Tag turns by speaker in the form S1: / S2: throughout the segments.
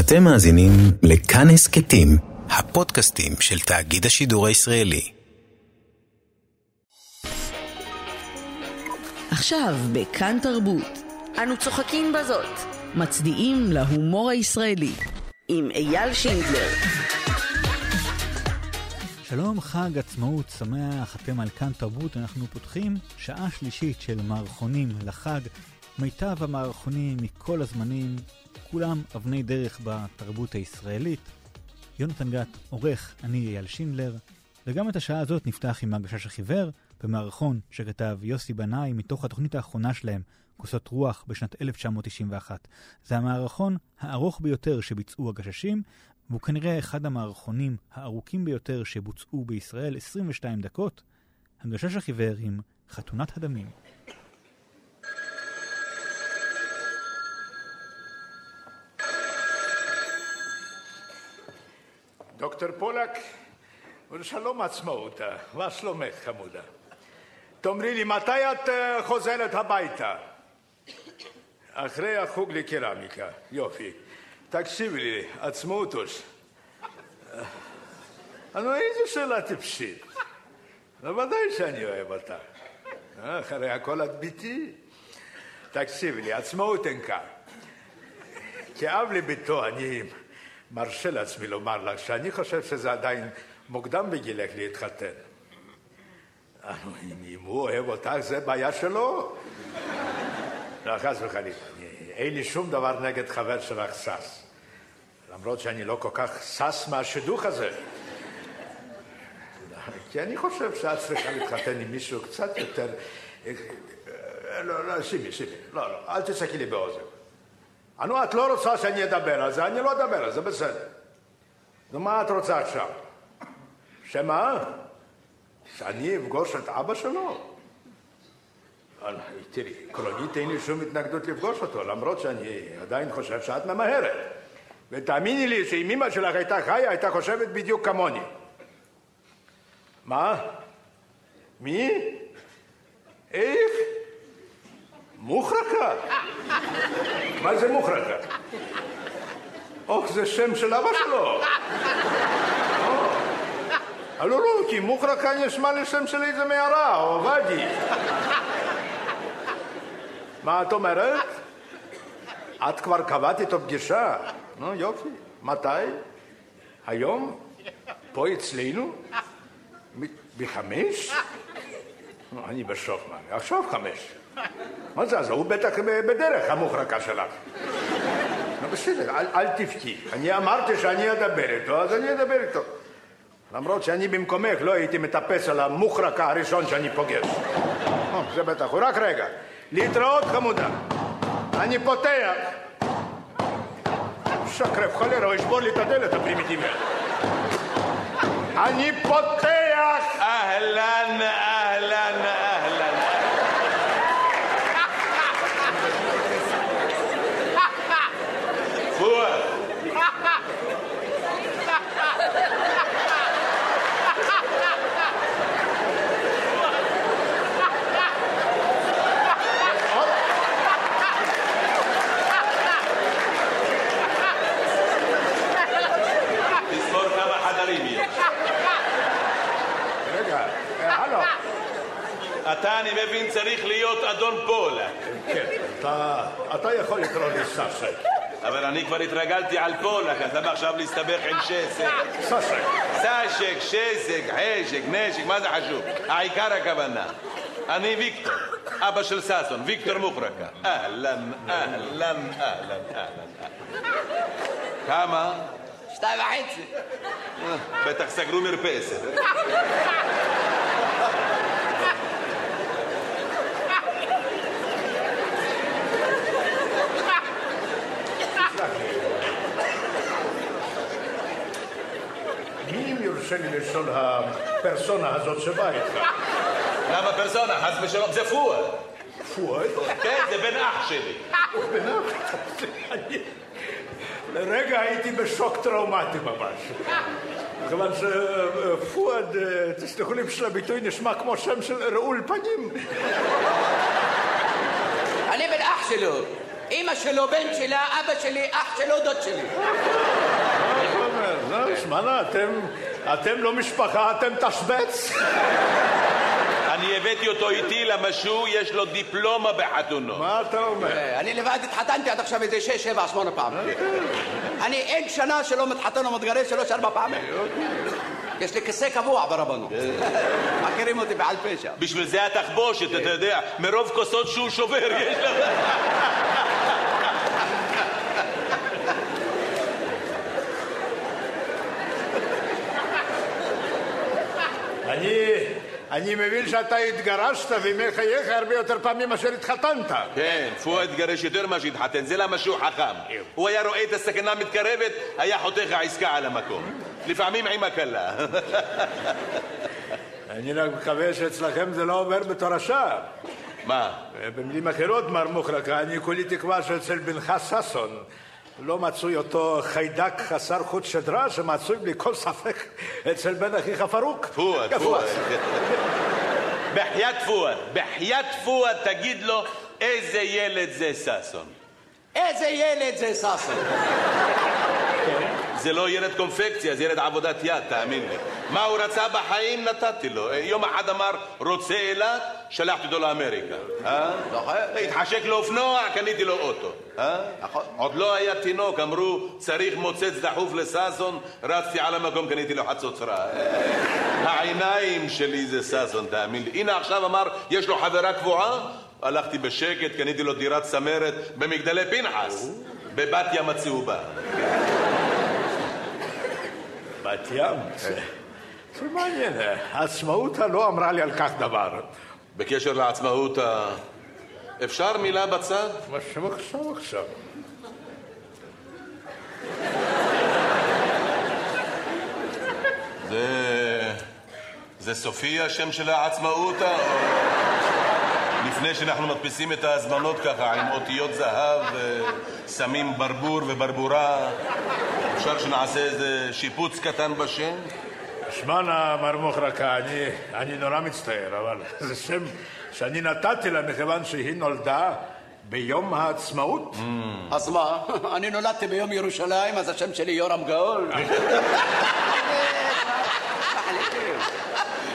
S1: אתם מאזינים לכאן הסכתים, הפודקאסטים של תאגיד השידור הישראלי.
S2: עכשיו, בכאן תרבות,
S3: אנו צוחקים בזאת,
S2: מצדיעים להומור הישראלי,
S3: עם אייל שינדלר.
S4: שלום, חג עצמאות שמח, אתם על כאן תרבות, אנחנו פותחים שעה שלישית של מערכונים לחג. מיטב המערכונים מכל הזמנים, כולם אבני דרך בתרבות הישראלית. יונתן גת עורך, אני אייל שינדלר, וגם את השעה הזאת נפתח עם הגשש החיוור, במערכון שכתב יוסי בנאי מתוך התוכנית האחרונה שלהם, כוסות רוח, בשנת 1991. זה המערכון הארוך ביותר שביצעו הגששים, והוא כנראה אחד המערכונים הארוכים ביותר שבוצעו בישראל, 22 דקות. הגשש החיוור עם חתונת הדמים.
S5: דוקטור פולק, שלום עצמאותה, מה שלומך חמודה? תאמרי לי, מתי את אה, חוזרת הביתה? אחרי החוג לקרמיקה, יופי. תקשיבי לי, עצמאותוש. אה, נו, איזו שאלה טיפשית. בוודאי שאני אוהב אותה. אה, אחרי הכל את ביתי. תקשיבי לי, עצמאותנקה. כאב לביתו, אני מרשה לעצמי לומר לך שאני חושב שזה עדיין מוקדם בגילך להתחתן. אנו, אם הוא אוהב אותך, זה בעיה שלו. לא, חס וחלילה, אני- אין לי שום דבר נגד חבר שלך שש. למרות שאני לא כל כך שש מהשידוך הזה. כי אני חושב שאת צריכה להתחתן עם מישהו קצת יותר... אה, לא, לא, שימי, שימי. לא, לא, אל תצעקי לי באוזן. אנו, את לא רוצה שאני אדבר על זה, אני לא אדבר על זה, בסדר. נו, מה את רוצה עכשיו? שמה? שאני אפגוש את אבא שלו? אבל, תראי, עקרונית אין לי שום התנגדות לפגוש אותו, למרות שאני עדיין חושב שאת ממהרת. ותאמיני לי שאם אמא שלך הייתה חיה, הייתה חושבת בדיוק כמוני. מה? מי? איך? מוחרקה? מה זה מוחרקה? אוח, זה שם של אבא שלו. הלו לא, כי מוחרקה נשמע לי שם של איזה מערה או ואדי. מה את אומרת? את כבר קבעת איתו פגישה. נו, יופי. מתי? היום? פה אצלנו? מ- בחמש? נו, אני בשוק, מה, עכשיו חמש. מה זה, אז הוא בטח בדרך, המוחרקה שלך. נו, בסדר, אל, אל תבכי. אני אמרתי שאני אדבר איתו, אז אני אדבר איתו. למרות שאני במקומך לא הייתי מטפס על המוחרקה הראשון שאני פוגש. אה, זה בטח, הוא רק רגע. להתראות, חמודה. אני פותח. שקרף חולרה, הוא ישבור לי את הדלת, הפרימיטיבי. אני פותח!
S6: אהלן, אהלן, אהלן. פואד, תספור כמה חדרים יש.
S5: רגע, אה, הלו.
S6: אתה, אני מבין, צריך להיות אדון פולק.
S5: כן, אתה, אתה יכול לקרוא לי סאסק.
S6: אבל אני כבר התרגלתי על פולק, אז למה עכשיו להסתבך עם שסק?
S5: סאסק.
S6: סשק, שסק, חשק, נשק, מה זה חשוב? העיקר הכוונה. אני ויקטור, אבא של ששון, ויקטור מוחרקה. אהלן, אהלן, אהלן, אהלן. כמה? אה,
S7: שתיים וחצי.
S6: בטח סגרו מרפסת.
S5: מי, אם יורשה לי לשאול, הפרסונה הזאת שבאה איתך?
S6: למה פרסונה? חס ושלום, זה פואד.
S5: פואד?
S6: כן, זה בן אח שלי.
S5: אני- לרגע הייתי בשוק טראומטי ממש. כיוון שפואד, אה, תסלחו לי בשביל הביטוי, נשמע כמו שם של רעול פנים.
S7: אני בן אח שלו. אימא שלו, בן שלה, אבא שלי, אח שלו, דוד שלי.
S5: זאת אומרת, לא, שמענה, אתם, אתם לא משפחה, אתם תשבץ.
S6: אני הבאתי אותו איתי למה שהוא יש לו דיפלומה בחתונות.
S5: מה אתה אומר?
S7: אני לבד התחתנתי עד עכשיו איזה שש, שבע, שמונה פעמים. אני אין שנה שלא מתחתן או מתגרש שלוש, ארבע פעמים. יש לי כיסא קבוע ברבנות. מכירים אותי בעל פה שם.
S6: בשביל זה התחבושת,
S5: כן.
S6: אתה יודע, מרוב כוסות שהוא שובר יש לך...
S5: אני, אני מבין שאתה התגרשת בימי חייך הרבה יותר פעמים מאשר התחתנת.
S6: כן, פואד התגרש יותר ממה שהתחתן, זה למה שהוא חכם.
S5: אה.
S6: הוא היה רואה את הסכנה מתקרבת, היה חותך העסקה על המקום. לפעמים עם הקלה.
S5: אני רק מקווה שאצלכם זה לא עובר בתורשה.
S6: מה?
S5: במילים אחרות, מר מוחרקה, אני כולי תקווה שאצל בנך ששון לא מצוי אותו חיידק חסר חוט שדרה שמצוי בלי כל ספק אצל בן אחיך פרוק.
S6: פואד,
S5: גפוע.
S6: פואד. בחייאת פואד, בחייאת פואד תגיד לו איזה ילד זה ששון.
S7: איזה ילד זה ששון.
S6: זה לא ילד קונפקציה, זה ילד עבודת יד, תאמין לי. מה הוא רצה בחיים, נתתי לו. אה, יום אחד אמר, רוצה אילת, שלחתי אותו לאמריקה. אה? התחשק לו אופנוע, קניתי לו אוטו. אה? עוד לא היה תינוק, אמרו, צריך מוצץ דחוף לששון, רצתי על המקום, קניתי לו חצוצרה. אה, העיניים שלי זה ששון, תאמין לי. הנה עכשיו אמר, יש לו חברה קבועה, הלכתי בשקט, קניתי לו דירת צמרת במגדלי פנחס. בבת ים הצהובה.
S5: בת ים. זה- זה מעניין, עצמאות לא אמרה לי על כך דבר.
S6: בקשר לעצמאות ה... אפשר מילה בצד?
S5: מה שבבקשה, בבקשה.
S6: זה... זה סופי השם של העצמאות ה... או- לפני שאנחנו מדפיסים את ההזמנות ככה עם אותיות זהב, אה, שמים ברבור וברבורה, אפשר שנעשה איזה שיפוץ קטן בשם?
S5: שמע נא, מר מוחרקה, אני, אני נורא מצטער, אבל זה שם שאני נתתי לה מכיוון שהיא נולדה ביום העצמאות.
S6: Mm.
S7: אז מה, אני נולדתי ביום ירושלים, לא, אז השם שלי יורם גאול.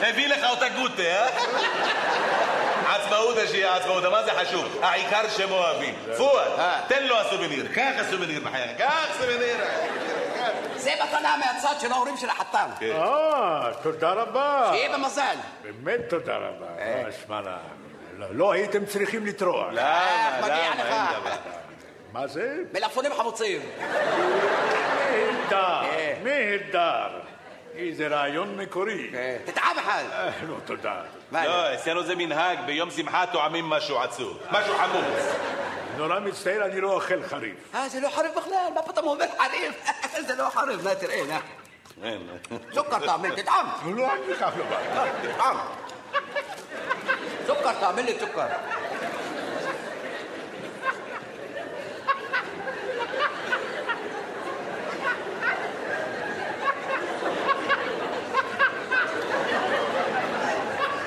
S6: הביא לך אותה גוטה, אה? עצמאות השיעה, עצמאות, מה זה חשוב? העיקר שהם אוהבים. פואד, תן לו הסובניר, קח הסובניר בחייך, קח סובניר.
S7: זה מתנה מהצד של ההורים של החתן.
S5: אה, תודה רבה.
S7: שיהיה במזל.
S5: באמת תודה רבה. אה, שמע נא, לא- לא הייתם צריכים לטרוח.
S6: למה?
S7: אה, מגיע לך.
S6: למה? אין דבר.
S5: מה זה?
S7: מלפפונים חמוצים. אה.
S5: נהדר, נהדר. איזה רעיון מקורי.
S7: תטעם אחד.
S5: אה, לא, תודה.
S7: מה,
S6: לא, אצלנו זה מנהג, ביום שמחה טועמים משהו עצוב. משהו חמוץ.
S5: נורא מצטער, אני לא אוכל חריף.
S7: אה, זה לא חריף בכלל, מה פתאום הוא אומר חריף? זה לא חריף, לא תראה, לא. סוכר תעמל, תטעם, אה,
S5: לא, אני אקח לו בעיה.
S7: תטעם. סוכר תעמל לי סוכר.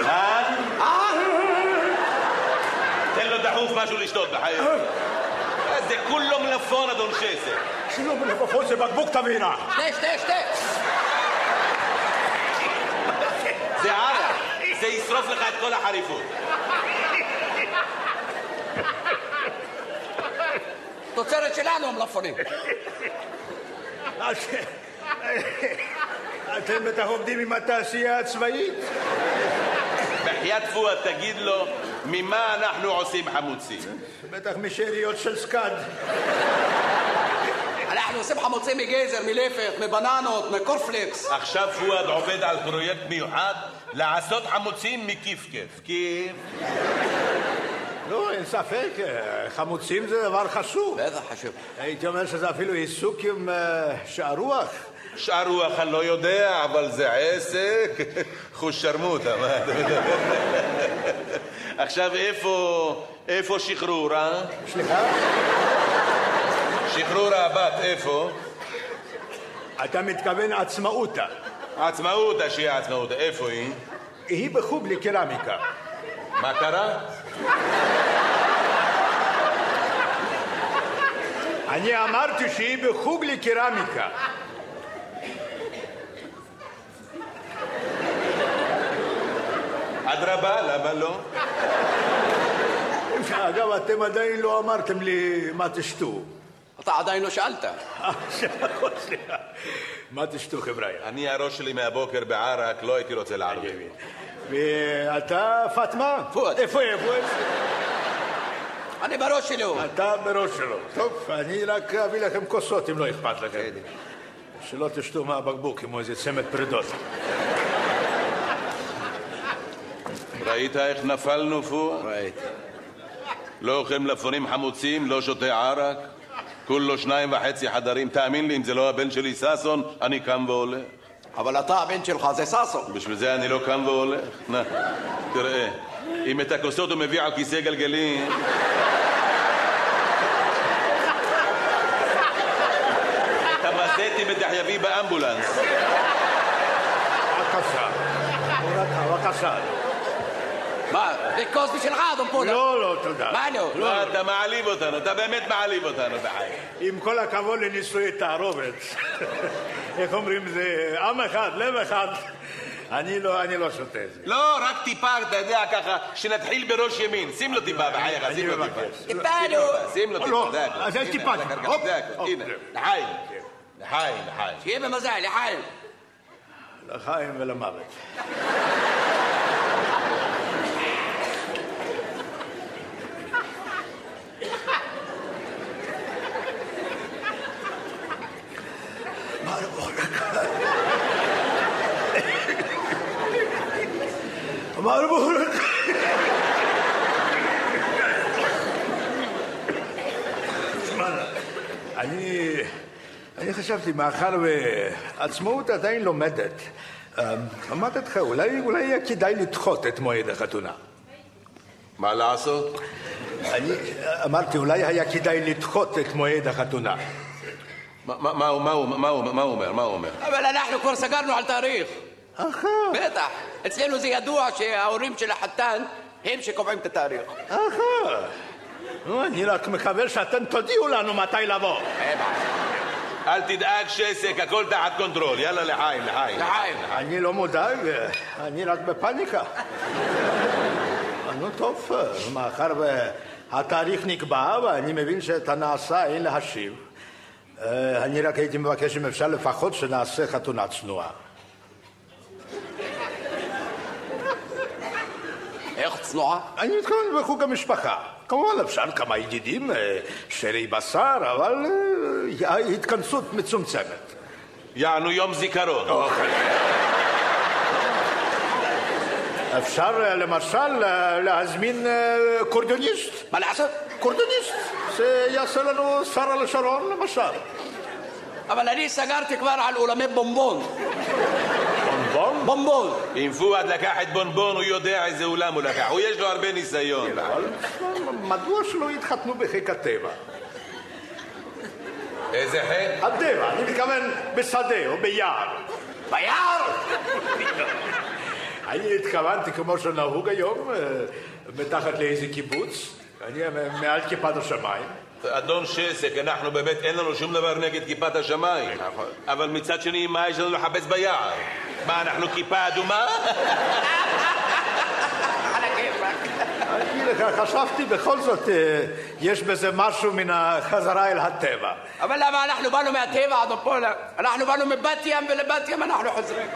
S6: אה? תן לו דחוף משהו לשתות בחייך. אה, זה כולו מלפון, אדון שסר.
S5: שלא מלפפון זה בקבוק תבינה.
S7: שתה, שתה, שתה.
S6: זה ערק. זה ישרוף לך את כל החריפות.
S7: תוצרת שלנו לא מלפפונים.
S5: אתם בטח עובדים עם התעשייה הצבאית?
S6: בחייאת פואד, תגיד לו, ממה אנחנו עושים חמוצים?
S5: בטח משאריות של סקאד.
S7: אנחנו עושים חמוצים מגזר, מלפך, מבננות, מקורפלקס.
S6: עכשיו פואד עובד על פרויקט מיוחד לעשות חמוצים מכיף-כיף. כיף.
S5: לא, אין ספק, אה, חמוצים זה דבר חשוב.
S7: בטח חשוב.
S5: הייתי אומר שזה אפילו עיסוק עם אה, שערוח.
S6: שאר רוח אני לא יודע, אבל זה עסק. חוש שרמוטה, מה אתה מדבר? עכשיו, איפה, איפה שחרור, אה?
S5: סליחה?
S6: שחרור הבת, איפה?
S5: אתה מתכוון עצמאותה.
S6: עצמאות, השיעה עצמאות, איפה היא?
S5: היא בחוג לקרמיקה.
S6: מה קרה?
S5: אני אמרתי שהיא בחוג לקרמיקה.
S6: אדרבה, למה לא?
S5: אגב, אתם עדיין לא אמרתם לי מה תשתו.
S7: אתה עדיין לא שאלת.
S5: אה, סליחה. מה תשתו, חבריא?
S6: אני הראש שלי מהבוקר בערק, לא הייתי רוצה לערבב.
S5: ואתה, אה, פאטמה?
S7: פואד.
S5: איפה היא? פואד?
S7: אני בראש שלי הוא.
S5: אתה בראש שלו. טוב, אני רק אביא לכם כוסות אם לא אכפת לכם.
S6: כן.
S5: שלא תשתו מהבקבוק כמו איזה צמד פרדות.
S6: ראית איך נפלנו, פואד?
S7: ראיתי.
S6: לא אוכל מלפפונים חמוצים, לא שותה ערק. כולו שניים וחצי חדרים. תאמין לי, אם זה לא הבן שלי ששון, אני קם והולך.
S7: אבל אתה, הבן שלך זה ששו.
S6: בשביל זה אני לא קם והולך. נא, תראה. אם את הכוסות הוא מביא על כיסא גלגלים... תמזיתי בדחייבי באמבולנס.
S5: בבקשה. בבקשה.
S7: מה, זה כוס בשבילך, אדון פולה.
S5: לא, לא, תודה.
S7: מה לא?
S6: לא, אתה מעליב אותנו, אתה באמת מעליב אותנו בחיים.
S5: עם כל הכבוד לנישואי תערובת, איך אומרים, זה עם אחד, לב אחד. אני לא, אני לא שותה את זה.
S6: לא, רק טיפה, אתה יודע, ככה, שנתחיל בראש ימין. שים לו טיפה בחייך,
S5: אני
S6: שים לו טיפה.
S5: מבקש.
S7: טיפלנו.
S6: שים
S5: לא,
S6: לו טיפה,
S5: לא,
S6: זה הכול.
S5: אז יש
S6: הנה,
S5: טיפה, אוקיי.
S6: זה
S5: טיפה.
S6: הכול,
S5: הופ,
S6: זה הכול.
S5: הופ.
S6: הנה, לחיים. לחיים, לחיים.
S7: שיהיה במזל, לחיים.
S5: לחיים ולמוות. מר בורק. תשמע, אני, אני חשבתי, מאחר ועצמאות עדיין לומדת, אה, אמרתי לך, אולי, אולי יהיה כדאי לדחות את מועד החתונה.
S6: מה לעשות?
S5: אני אה, אמרתי, אולי היה כדאי לדחות את מועד החתונה.
S6: מה- מה מה הוא- מה הוא מה הוא- מה הוא אומר? מה הוא אומר?
S7: אבל אנחנו כבר סגרנו על תאריך. אחר. בטח. אצלנו זה ידוע שההורים של החתן הם שקובעים את התאריך.
S5: אהה. נו, אני רק מקווה שאתם תודיעו לנו מתי לבוא.
S7: אה,
S6: אל תדאג שסק, הכל תחת קונטרול. יאללה, לחיים, לחיים.
S7: לחיים.
S5: אני לא מודאג, אני רק בפניקה. נו טוב, מאחר והתאריך נקבע ואני מבין שאת הנעשה אין להשיב, אה, אני רק הייתי מבקש אם אפשר לפחות שנעשה חתונה צנועה.
S7: איך צנועה?
S5: אני מתכוון בחוג המשפחה. כמובן אפשר כמה ידידים, אה, שרי בשר, אבל אה, התכנסות מצומצמת.
S6: יענו יום זיכרון.
S5: אוקיי. אפשר אה, למשל אה, להזמין אה, קורדוניסט.
S7: מה לעשות?
S5: קורדוניסט, שיעשה לנו שרה לשרון למשל.
S7: אבל אני סגרתי כבר על אולמי בומבון.
S5: בונבון?
S7: בומבון.
S6: אם פואד לקח את בונבון, הוא יודע איזה אולם הוא לקח. הוא יש לו הרבה ניסיון.
S5: אבל מדוע שלא יתחתנו בחיק הטבע?
S6: איזה חן.
S5: הטבע, אני מתכוון בשדה או ביער.
S7: ביער!
S5: אני התכוונתי כמו שנהוג היום, אה, מתחת לאיזה קיבוץ, אני אה, מעל כיפת השמיים.
S6: אדון שסק, אנחנו באמת אין לנו שום דבר נגד כיפת השמיים. אבל מצד שני, מה יש לנו לחפש ביער? מה, אנחנו כיפה אדומה?
S5: אני לך, חשבתי בכל זאת, אה, יש בזה משהו מן החזרה אל הטבע.
S7: אבל למה אנחנו באנו מהטבע, אדון פולה? אנחנו באנו מבת ים, ולבת ים אנחנו חוזרים.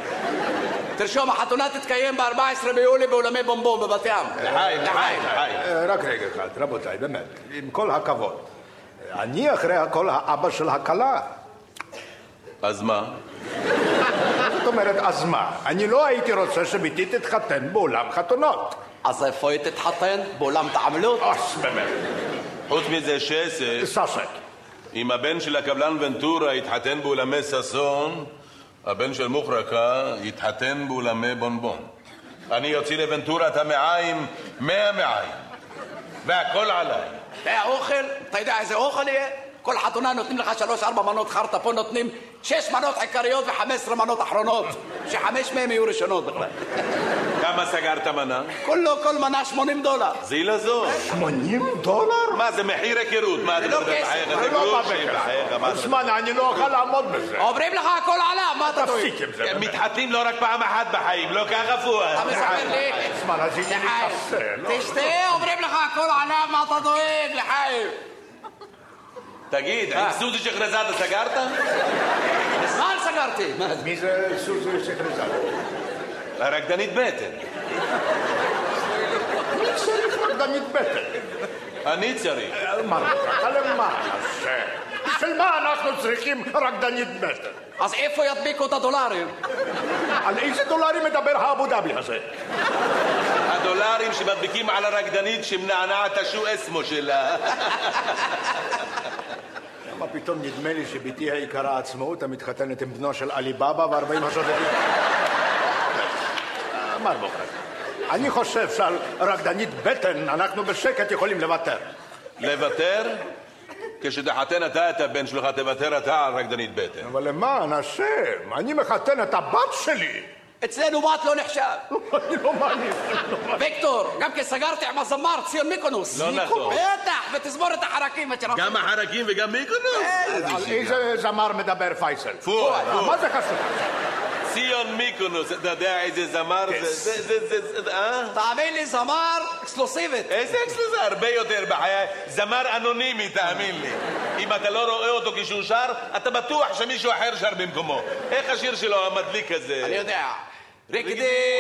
S7: תרשום, החתונה תתקיים ב-14 ביולי באולמי בומבון בבת ים.
S6: לחיים, לחיים, לחיים.
S5: אה, רק רגע אחד, רבותיי, באמת, עם כל הכבוד. אני אחרי הכל האבא של הכלה.
S6: אז מה?
S5: זאת אומרת, אז מה? אני לא הייתי רוצה שבתי תתחתן באולם חתונות. אה,
S7: אז איפה היא תתחתן? באולם תעמלות?
S5: אוס, באמת.
S6: חוץ מזה, שסק...
S5: סשק.
S6: אם הבן של הקבלן ונטורה יתחתן באולמי ששון, הבן של מוחרקה יתחתן באולמי בונבון. אני אוציא לוונטורה את המעיים, מאה מעיים, והכל עליי.
S7: זה האוכל? אתה יודע איזה אוכל יהיה? כל כל חתונה נותנים לך שלוש, ארבע מנות חרטא, פה נותנים שש מנות עיקריות וחמש עשרה מנות אחרונות, שחמש מהן יהיו ראשונות בכלל.
S6: כמה סגרת מנה?
S7: כולו, כל מנה 80 דולר.
S6: זילה זו.
S5: 80 דולר?
S6: לא מה זה מחיר היכרות? מה אתה
S7: זה לא
S6: מדבר?
S7: כסף,
S6: בחייך,
S7: זה
S6: זה
S5: אני לא
S6: גרושים,
S5: בא
S6: בחייך, מה
S5: בכלל.
S6: אתה-
S5: זמן, אני לא אוכל לעמוד בזה.
S7: אומרים לך הכל עליו, מה אתה טועה?
S5: תפסיק עם זה. באמת.
S6: מתחתנים לא רק פעם אחת בחיים, לא ככה פואד.
S7: אתה מספר לי?
S5: זמן, אז הנה
S7: לחיים.
S5: מתחסל. לא,
S7: תשתה, אומרים לך הכל עליו, מה אתה דואג, לחיים?
S6: תגיד, עם סוזי שחרזדה סגרת?
S7: מזמן סגרתי. אה. מה זה?
S5: מי זה סוזי שחרזל?
S6: הרקדנית בטן.
S5: מי צריך רקדנית בטן?
S6: אני צריך.
S5: מה, אתה למען השם. בשביל מה אנחנו צריכים רקדנית בטן?
S7: אז איפה ידביקו את הדולרים?
S5: על איזה דולרים מדבר האבו דאבי הזה?
S6: הדולרים שמדביקים על הרקדנית שמנענעת השו אסמו שלה.
S5: מה פתאום נדמה לי שבתי היקרה עצמאות המתחתנת עם בנו של עליבאבא וארבעים השודדים? אמר בוחר. אני חושב שעל רקדנית בטן אנחנו בשקט יכולים לוותר.
S6: לוותר? כשתחתן אתה את הבן שלך, תוותר אתה על רקדנית בטן.
S5: אבל למען השם, אני מחתן את הבת שלי.
S7: אצלנו בת לא נחשב.
S5: אני לא מאמין.
S7: ויקטור, גם כן סגרתי עם הזמר ציון מיקונוס.
S6: לא נכון.
S7: בטח, ותזמורת החרקים. אה, את שרצית.
S6: גם החרקים וגם מיקונוס?
S5: על איזה זמר מדבר פייסל?
S6: פואד,
S5: אה, מה
S6: פואד.
S5: זה חשוב?
S6: ציון מיקונוס, אתה יודע איזה זמר
S5: כן.
S6: זה? זה? זה- זה, זה, אה?
S7: תאמין לי, זמר אקסקלוסיבית.
S6: איזה אקסלו זה הרבה יותר בחיי, זמר אנונימי, תאמין לי. אם אתה לא רואה אותו כשהוא שר, אתה בטוח שמישהו אחר שר במקומו. איך השיר שלו, המדליק הזה?
S7: אני יודע. ריקדי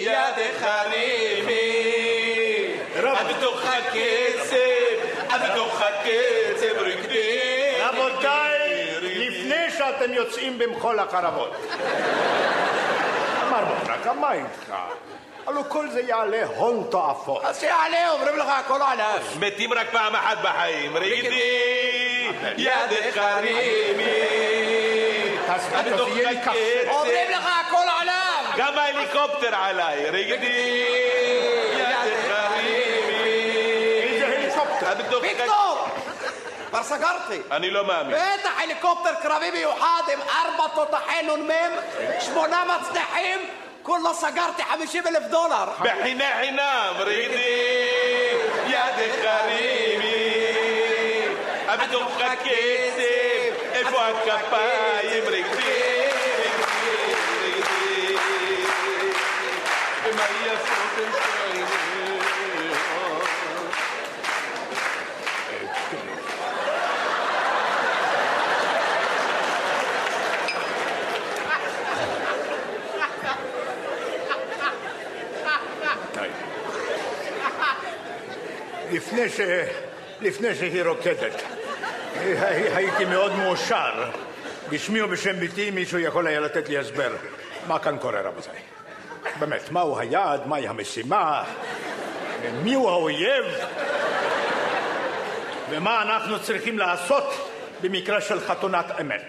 S6: יד חרימי, את בתוך הקצב, את בתוך הקצב, רקדי.
S5: רבותיי, לפני שאתם יוצאים במחול החרבות. אמר בברקה, מה איתך? הלו כל זה יעלה הון תועפות.
S7: אז שיעלה, אומרים לך הכל עליו.
S6: מתים רק פעם אחת בחיים, רקדי. יד חרימי, את
S5: תעזבי,
S6: בתוך
S5: תעזבי, יהיה לי קפה.
S6: הקצב.
S7: אומרים לך הכל עליו.
S6: גם ההליקופטר עליי, רגדי, יד חרימי.
S5: איזה הליקופטר.
S6: את בתוך
S7: ויקטור! כבר סגרתי.
S6: הקצב. אני לא מאמין.
S7: בטח, הליקופטר קרבי מיוחד עם ארבע תותחי נ"מ, שמונה מצנחים, כולו סגרתי 50 אלף דולר.
S6: בחינה חינם, רגדי, יד חרימי. את בתוך הקצב, איפה הכפיים, רגדי, רגדי, רגדי. ומה יפות הן שתיהן.
S5: לפני ש... לפני שהיא רוקדת. הי- הייתי מאוד מאושר. בשמי ובשם ביתי מישהו יכול היה לתת לי הסבר. מה כאן קורה, רבותיי? באמת, מהו היעד? מהי המשימה? מיהו האויב? ומה אנחנו צריכים לעשות במקרה של חתונת אמת?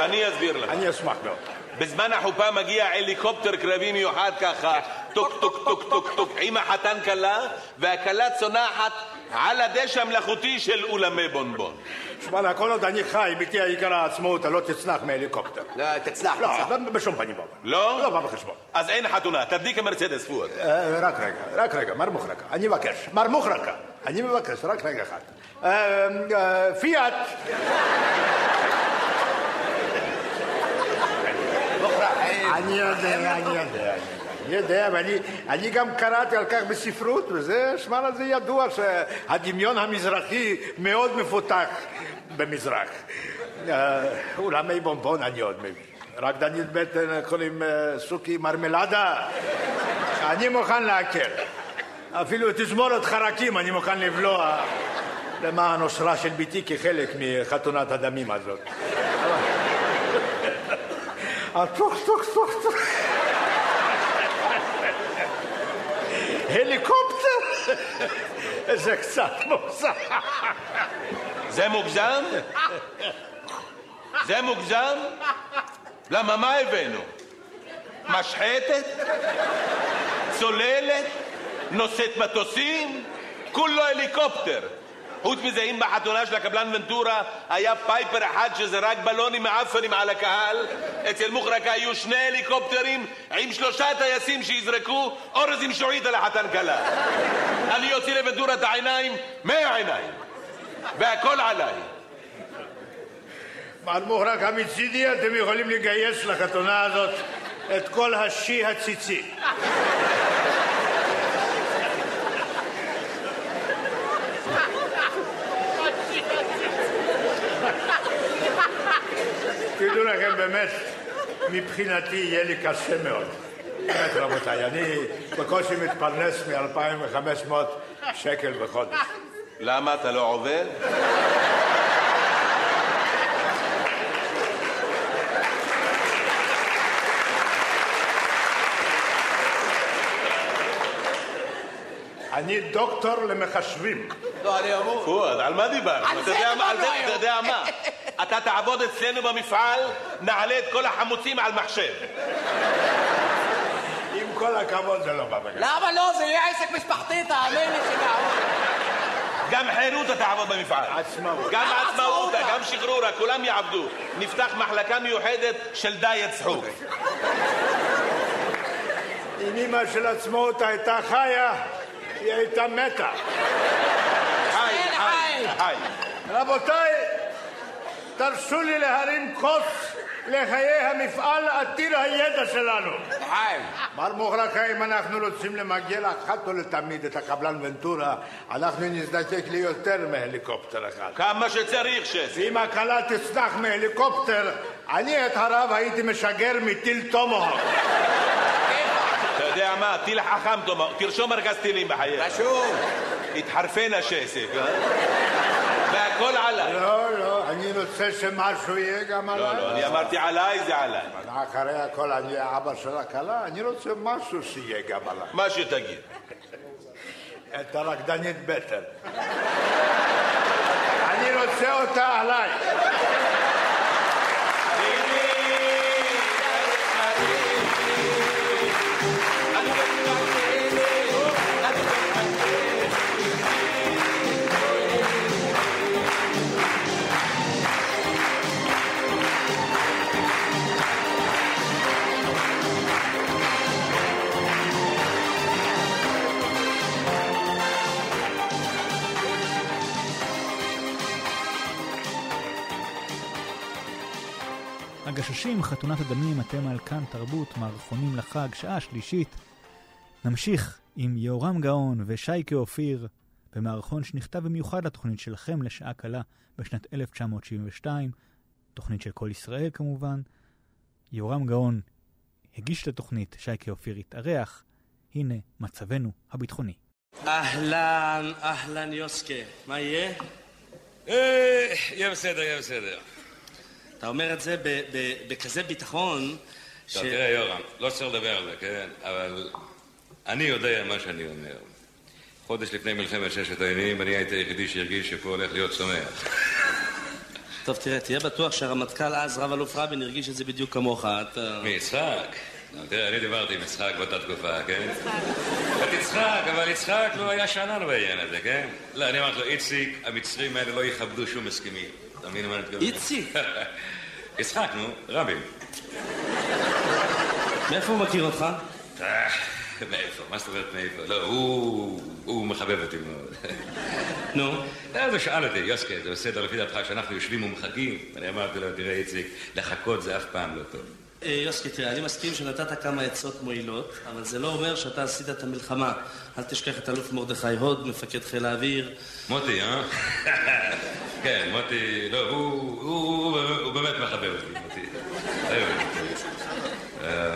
S6: אני אסביר לך.
S5: אני אשמח מאוד.
S6: בזמן החופה מגיע הליקופטר קרבי מיוחד ככה,
S5: כן.
S6: טוק טוק טוק טוק טוק, עם החתן כלה, והכלה צונחת על הדשא המלאכותי של אולמי בונבון.
S5: שמע, כל עוד אני חי, ביתי היקרה עצמאות, לא תצנח מהליקופטר.
S7: לא, תצלח,
S5: לא,
S7: תצלח.
S5: בשום פנים ואופן.
S6: לא?
S5: לא בא בחשבון.
S6: אז אין חתונה, תדליק המרצדס פואד.
S5: אה, רק רגע, רק רגע, מר מוחרקה, אני מבקש, מר מוחרקה, אני מבקש, רק רגע אחד. אה, אה, פיאט. לא אני יודע, אני יודע. אני יודע, ואני אני גם קראתי על כך בספרות, וזה, שמע, על זה ידוע שהדמיון המזרחי מאוד מפותח במזרח. אה, אולמי בונבון אני עוד מבין. רקדנית בטן, קוראים אה, סוכי מרמלדה. אני מוכן להקל. אפילו תזמורת חרקים אני מוכן לבלוע למען אושרה של ביתי כחלק מחתונת הדמים הזאת. הטוק טוק טוק טוק. הליקופטר? זה קצת מוזר.
S6: זה מוגזם? זה מוגזם? למה, מה הבאנו? משחטת? צוללת? נושאת מטוסים? כולו הליקופטר. חוץ מזה, אם בחתונה של הקבלן ונטורה היה פייפר אחד שזרק בלונים מעפנים על הקהל, אצל מוחרקה היו שני הליקופטרים עם שלושה טייסים שיזרקו אורז עם שועית על החתן כלה. אני אוציא לוונטורה את העיניים, מאה עיניים, והכל עליי.
S5: מלמוך רק המצידי, אתם יכולים לגייס לחתונה הזאת את כל השי הציצי. תדעו לכם, באמת, מבחינתי יהיה לי קשה מאוד. באמת, רבותיי, אני בקושי מתפרנס מ-2,500 שקל בחודש.
S6: למה אתה לא עובד?
S5: אני דוקטור למחשבים.
S7: לא, אני אמור.
S6: פואד, על מה דיברנו?
S7: על
S6: אתה
S7: זה
S6: יודע מה- על
S7: דיברנו
S6: זה- אתה
S7: היום.
S6: יודע מה? אתה תעבוד אצלנו במפעל, נעלה את כל החמוצים על מחשב.
S5: עם כל הכבוד, זה לא בא בגלל.
S7: למה לא? זה יהיה עסק משפחתי, תאמין לי שגם.
S6: גם חירותה תעבוד במפעל.
S5: עצמאות.
S6: גם
S7: גם עצמאותה.
S6: עצמאותה, גם שחרורה, כולם יעבדו. נפתח מחלקה מיוחדת של דיאט צחוק.
S5: אם אימא של עצמאות הייתה חיה, היא הייתה מתה.
S6: חי,
S7: אין
S6: חי,
S7: חי.
S6: חי.
S5: רבותיי, תרשו לי להרים כוס לחיי המפעל עתיר הידע שלנו.
S7: חיים,
S5: מר מוחרקה, אם אנחנו רוצים למגר אחת ולתמיד את הקבלן ונטורה, אנחנו נזדקק ליותר מהליקופטר אחד.
S6: כמה שצריך שס.
S5: ואם הכלה תצנח מהליקופטר, אני את הרב הייתי משגר מטיל טומהוק.
S6: אתה יודע מה, טיל חכם, תאמר, תרשום ארגז טילים בחייך.
S7: רשום.
S6: התחרפן השסק, אה? והכל עליי.
S5: לא, לא, אני רוצה שמשהו יהיה גם
S6: לא, לא,
S5: עליי.
S6: אני אמרתי עליי זה עליי.
S5: אחרי הכל אני אבא של הכלה, אני רוצה משהו שיהיה גם עליי.
S6: מה שתגיד.
S5: את הרקדנית בטן. אני רוצה אותה עליי.
S4: הגששים, חתונת הדמים, אתם על כאן תרבות, מערכונים לחג, שעה שלישית. נמשיך עם יהורם גאון ושייקה אופיר במערכון שנכתב במיוחד לתוכנית שלכם לשעה קלה בשנת 1972, תוכנית של כל ישראל כמובן. יהורם גאון הגיש את התוכנית, שייקה אופיר התארח. הנה מצבנו הביטחוני.
S8: אהלן, אהלן יוסקה, מה יהיה?
S9: אה, יהיה בסדר, יהיה בסדר.
S8: אתה אומר את זה ב- ב- בכזה ביטחון, ש...
S9: טוב, תראה, יורם, לא צריך לדבר על זה, כן? אבל אני יודע מה שאני אומר. חודש לפני מלחמת ששת הימים, אני הייתי היחידי שהרגיש שפה הולך להיות שמח.
S8: טוב, תראה, תהיה בטוח שהרמטכ"ל אז, רב-אלוף רבין, הרגיש את זה בדיוק כמוך. אה, אתה...
S9: מי, יצחק? לא, תראה, אני דיברתי עם יצחק באותה תקופה, כן? את יצחק, אבל יצחק לא היה שאנן בעניין הזה, כן? לא, אני אמרתי לו, איציק, המצרים האלה לא יכבדו שום הסכמים. אתה מבין למה אני מתכוון?
S8: איציק?
S9: יצחק, נו, רבין.
S8: מאיפה הוא מכיר אותך?
S9: אה, מאיפה? מה זאת אומרת מאיפה? לא, הוא... הוא מחבב אותי מאוד.
S8: נו,
S9: אז הוא שאל אותי, יוסקי, זה בסדר לפי דעתך שאנחנו יושבים ומחכים? אני אמרתי לו, תראה איציק, לחכות זה אף פעם לא טוב.
S8: אה, יוסקי, תראה, אני מסכים שנתת כמה עצות מועילות, אבל זה לא אומר שאתה עשית את המלחמה. אל תשכח את אלוף מרדכי הוד, מפקד חיל האוויר.
S9: מוטי, אה? כן, מוטי, לא, הוא, הוא, הוא, הוא, הוא באמת מחבב אותי, מוטי. אוהב אותי. אה,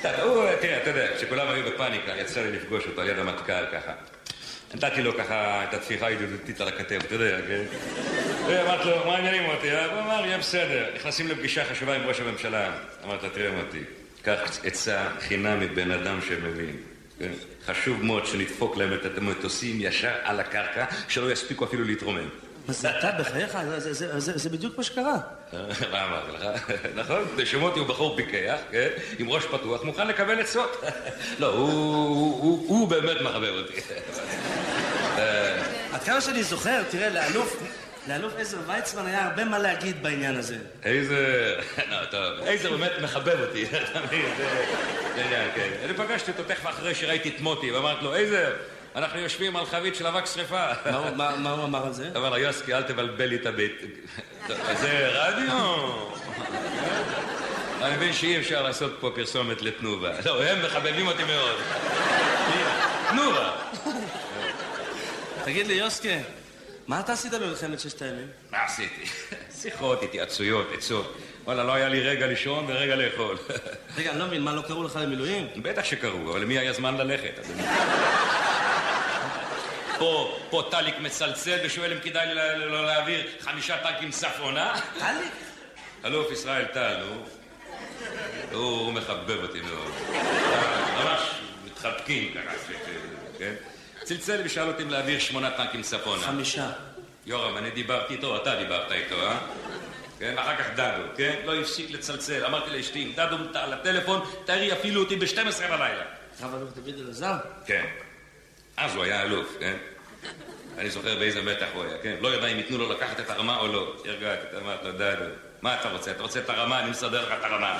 S9: אתה- הוא, תראה, אתה יודע, כשכולם היו בפאניקה, יצא לי לפגוש אותו על יד המטכ"ל ככה. נתתי לו ככה את התפיחה הידידותית על הכתב, אתה יודע, כן? ואמרתי לו, מה העניינים מוטי? אה?" הוא אמר, יהיה בסדר. נכנסים לפגישה חשובה עם ראש הממשלה. אמרת, תראה מוטי, קח עצה חינם מבן אדם שמבין. כן? חשוב מאוד שנדפוק להם את המטוסים ישר על הקרקע, שלא יספיקו אפילו להתרומם.
S8: מה זה אתה, בחייך? זה- זה- זה- זה- זה בדיוק מה שקרה.
S9: מה אמרתי לך? נכון, שמוטי הוא בחור פיקח, כן? עם ראש פתוח, מוכן לקבל עצות. לא, הוא- הוא הוא- הוא באמת מחבב אותי. אה,
S8: עד כמה שאני זוכר, תראה, לאלוף, לאלוף עזר ויצמן היה הרבה מה להגיד בעניין הזה.
S9: איזה... לא, טוב. איזה באמת מחבב אותי, אתה מבין? זה- זה עניין, כן. אני פגשתי אותו תכף אחרי שראיתי את מוטי, ואמרתי לו, איזה... אנחנו יושבים על חבית של אבק שרפה.
S8: מה הוא- מה מה הוא אמר על זה?
S9: אמר לו, יוסקי, אל תבלבל לי את הבית. טוב, זה רדיו? אני מבין שאי אפשר לעשות פה פרסומת לתנובה. לא, הם מחבבים אותי מאוד. תנובה.
S8: תגיד לי, יוסקי, מה אתה עשית במלחמת ששת הימים?
S9: מה עשיתי? שיחות, התייעצויות, עצות. וואלה, לא היה לי רגע לישון ורגע לאכול.
S8: רגע, אני לא מבין, מה, לא קראו לך למילואים?
S9: בטח שקראו, אבל למי היה זמן ללכת? אז אני- פה, פה טליק מצלצל ושואל אם כדאי לי לא- לא להעביר חמישה טנקים צפונה.
S8: טלי?
S9: אלוף ישראל טל, הוא... הוא הוא מחבב אותי מאוד. ממש מתחבקים ככה, ש- ש- כן? צלצל ושאל אותי אם להעביר שמונה טנקים צפונה.
S8: חמישה.
S9: יורם, אני דיברתי איתו, אתה דיברת איתו, אה? כן, אחר כך דדו, כן? לא הפסיק לצלצל. אמרתי לאשתי, אם דדו מת- על הטלפון, תארי יפילו אותי ב-12 בלילה.
S8: רב אלוף דוד אלעזר?
S9: כן. אז הוא היה אלוף, כן? אני זוכר באיזה מתח הוא היה, כן? לא ידע אם ייתנו לו לקחת את הרמה או לא. הרגעתי, אתה אמרת לו, דדו, מה אתה רוצה? אתה רוצה את הרמה? אני מסדר לך את הרמה.